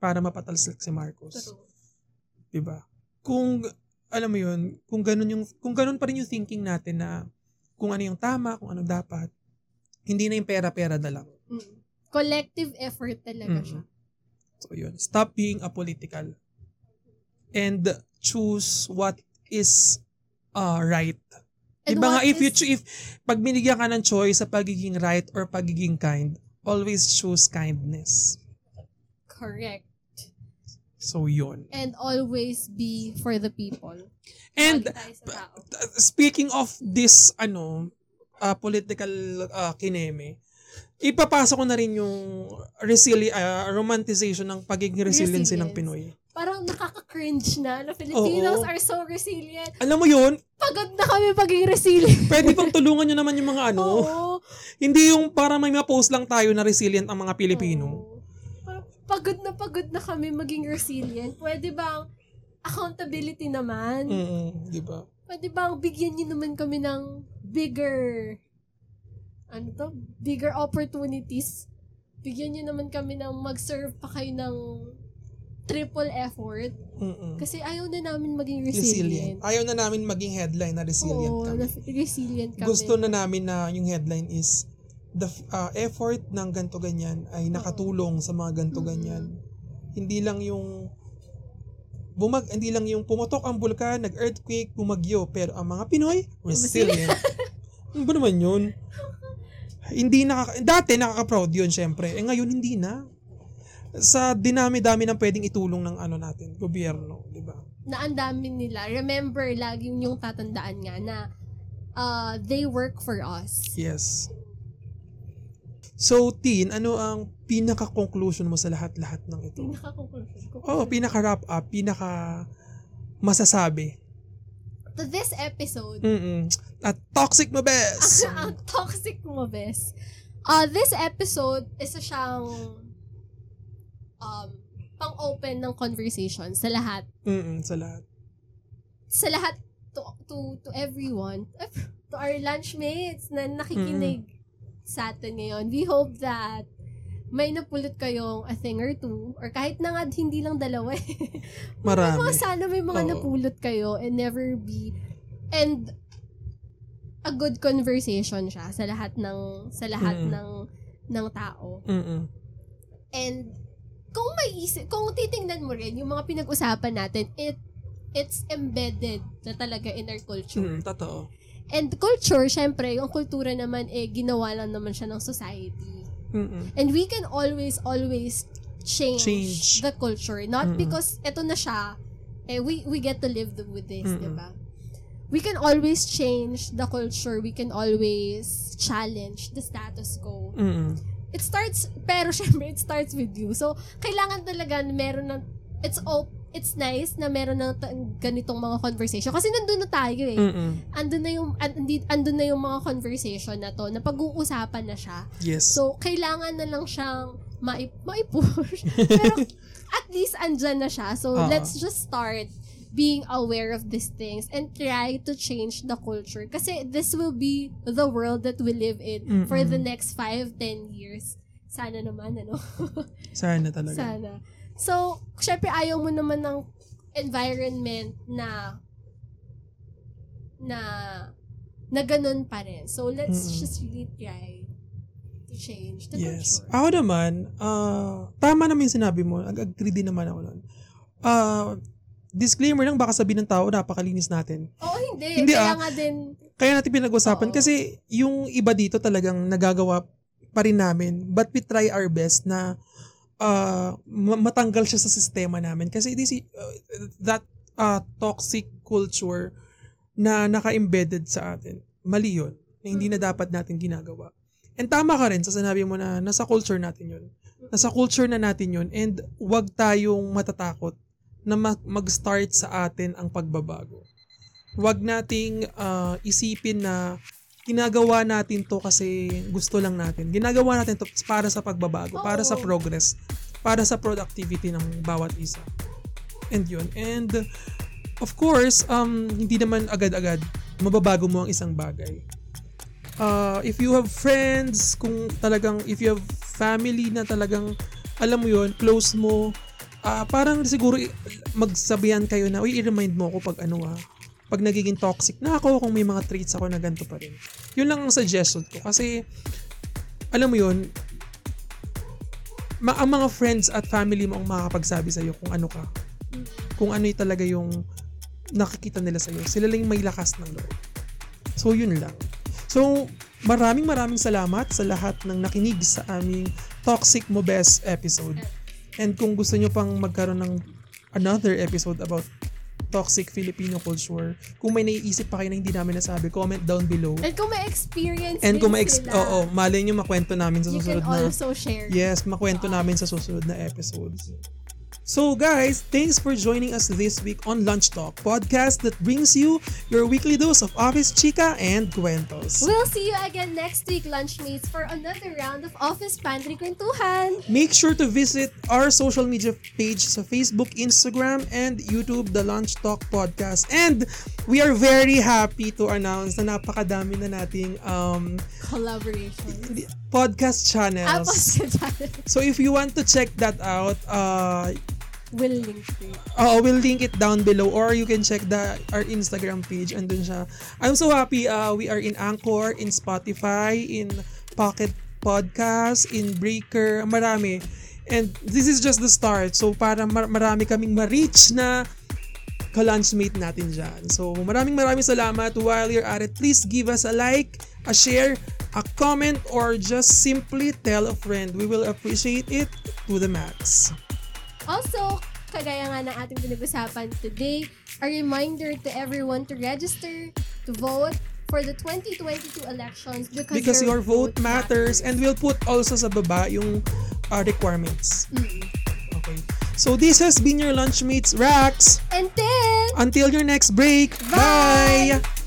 S1: para mapatalsik si Marcos.
S2: True.
S1: di ba? Kung alam mo 'yun, kung ganun yung kung ganun pa rin yung thinking natin na kung ano yung tama, kung ano dapat, hindi na yung pera-pera na lang.
S2: Mm. Collective effort talaga
S1: Mm.
S2: siya.
S1: So 'yun, stop being apolitical and choose what is uh, right.
S2: And
S1: Diba nga,
S2: what
S1: if you
S2: is-
S1: cho- if pag binigyan ka ng choice sa pagiging right or pagiging kind, always choose kindness.
S2: Correct.
S1: So 'yun.
S2: And always be for the people.
S1: And
S2: Lagi tayo sa tao.
S1: Uh, speaking of this ano uh, political uh, kineme ipapasok ko na rin yung resili- uh, romanticization ng pagiging resiliency ng
S2: Resilience.
S1: Pinoy.
S2: Parang nakaka-cringe na na
S1: Oo.
S2: Filipinos are so resilient.
S1: Alam mo yun,
S2: Pagod na kami pagiging resilient.
S1: pwede bang tulungan nyo naman yung mga ano?
S2: Oo.
S1: Hindi yung para may ma-post lang tayo na resilient ang mga Pilipino.
S2: Oo. Parang Pagod na pagod na kami maging resilient. Pwede bang accountability naman?
S1: Mm, di ba?
S2: Pwede bang bigyan niyo naman kami ng bigger ano to? Bigger opportunities. Bigyan niyo naman kami ng mag-serve pa kayo ng triple effort.
S1: Mm-mm.
S2: Kasi ayaw na namin maging
S1: Resilient.
S2: resilient.
S1: Ayaw na namin maging headline na resilient
S2: Oo,
S1: kami.
S2: na resilient kami.
S1: Gusto na namin na yung headline is the f- uh, effort ng ganto ganyan ay nakatulong sa mga ganto ganyan. Hindi lang yung bumag hindi lang yung pumotok ang bulkan, nag-earthquake, bumagyo, pero ang mga Pinoy resilient. ano ba naman yun? Hindi nakaka dati nakaka-proud yun syempre. Eh ngayon hindi na. Sa dinami-dami ng pwedeng itulong ng ano natin, gobyerno, di ba?
S2: na ang dami nila. Remember, laging yung tatandaan nga na uh, they work for us.
S1: Yes. So, Tin, ano ang pinaka-conclusion mo sa lahat-lahat ng ito?
S2: Pinaka-conclusion ko.
S1: Oh, pinaka-wrap up, pinaka masasabi.
S2: To this episode,
S1: Mm-mm. At toxic mo best!
S2: ang toxic mo, bes. Uh, this episode, isa siyang um, pang-open ng conversation sa lahat.
S1: Mm-mm, sa lahat.
S2: Sa lahat to, to, to everyone. To our lunchmates na nakikinig sa atin ngayon. We hope that may napulot kayong a thing or two. Or kahit na nga hindi lang dalawa eh. May mga
S1: Marami.
S2: sana may mga
S1: Oo.
S2: napulot kayo and never be and a good conversation siya sa lahat ng sa lahat
S1: Mm.
S2: ng ng tao.
S1: Mm-mm.
S2: And kung may isip, kung titingnan mo rin yung mga pinag-usapan natin, it it's embedded na talaga in our culture.
S1: Mm, totoo.
S2: And culture, syempre, yung kultura naman eh ginawa lang naman siya ng society.
S1: Mm-mm.
S2: And we can always, always change,
S1: Change.
S2: the culture. Not
S1: Mm-mm.
S2: because eto na siya, eh, we, we get to live th- with this,
S1: Mm-mm.
S2: di ba? We can always change the culture. We can always challenge the status quo.
S1: Mm-mm.
S2: It starts, pero syempre, it starts with you. So, kailangan talaga na meron ng, it's op, it's nice na meron ng ta- ganitong mga conversation. Kasi nandun na tayo eh.
S1: Mm-mm.
S2: Andun na yung, andi- andun na yung mga conversation na to, na pag-uusapan na siya.
S1: Yes.
S2: So, kailangan na lang siyang maip maipush. Pero at least andyan na siya. So,
S1: Oo.
S2: let's just start being aware of these things and try to change the culture. Kasi this will be the world that we live in for
S1: Mm-mm.
S2: the next 5, 10 years. Sana naman, ano?
S1: Sana talaga.
S2: Sana. So, syempre ayaw mo naman ng environment na na na ganun pa rin. So, let's
S1: Mm-mm.
S2: just really try to change the
S1: Yes.
S2: culture.
S1: Ako naman, ah, tama naman yung sinabi mo. Ag-agree din naman ako nun. Ah, disclaimer lang, baka sabihin ng tao, napakalinis natin.
S2: Oo, hindi.
S1: Hindi, ah.
S2: Kaya nga din,
S1: kaya natin pinag-usapan
S2: Oo.
S1: kasi yung iba dito talagang nagagawa pa rin namin but we try our best na ah, ma- matanggal siya sa sistema namin kasi this i- uh, that ah, toxic culture na naka-embedded sa atin mali yun na hindi na dapat natin ginagawa and tama ka rin sa sinabi mo na nasa culture natin yun nasa culture na natin yun and wag tayong matatakot na mag- mag-start sa atin ang pagbabago wag nating ah, isipin na ginagawa natin to kasi gusto lang natin. Ginagawa natin to para sa pagbabago, para sa
S2: Oo.
S1: progress, para sa productivity ng bawat isa. And yun. And of course, um, hindi naman agad-agad mababago mo ang isang bagay. Uh, if you have friends, kung talagang, if you have family na talagang, alam mo yon close mo, ah, parang siguro i- magsabihan kayo na, uy, i-remind mo ako pag ano ah, pag nagiging toxic na ako, kung may mga traits ako na ganito pa rin. Yun lang ang suggestion ko. Kasi, alam mo yun, ma- ang mga friends at family mo ang makakapagsabi sa'yo kung ano ka. Kung ano yung talaga yung nakikita nila sa'yo. Sila lang yung may lakas ng loob. So, yun lang. So, maraming maraming salamat sa lahat ng nakinig sa aming Toxic Mo Best episode. And kung gusto nyo pang magkaroon ng another episode about toxic Filipino culture, kung may naiisip pa kayo na hindi namin nasabi, comment down below.
S2: And kung may experience
S1: And
S2: din
S1: kung ma-exp-
S2: sila,
S1: oo, malay nyo makwento namin sa
S2: you
S1: susunod
S2: can
S1: na
S2: also share.
S1: Yes, makwento namin sa susunod na episodes. So guys, thanks for joining us this week on Lunch Talk, podcast that brings you your weekly dose of office chica and cuentos.
S2: We'll see you again next week, lunchmates, for another round of Office Pantry Kwentuhan.
S1: Make sure to visit our social media page sa Facebook, Instagram, and YouTube, The Lunch Talk Podcast. And we are very happy to announce na napakadami na nating um,
S2: Collaboration.
S1: podcast channels.
S2: Tapos ka dyan.
S1: So if you want to check that out, uh,
S2: We'll link to it.
S1: Oo, we'll link it down below or you can check the our Instagram page. Andun siya. I'm so happy uh, we are in Anchor, in Spotify, in Pocket Podcast, in Breaker, marami. And this is just the start. So para mar- marami kaming ma-reach na ka-lunchmate natin dyan. So maraming maraming salamat. While you're at it, please give us a like, a share, a comment, or just simply tell a friend. We will appreciate it to the max.
S2: Also, kagaya nga ng ating pinag-usapan today, a reminder to everyone to register, to vote for the 2022 elections because,
S1: because your vote matters and we'll put also sa baba yung uh, requirements. Okay. So this has been your lunchmates Rax.
S2: And then,
S1: Until your next break.
S2: Bye!
S1: Bye!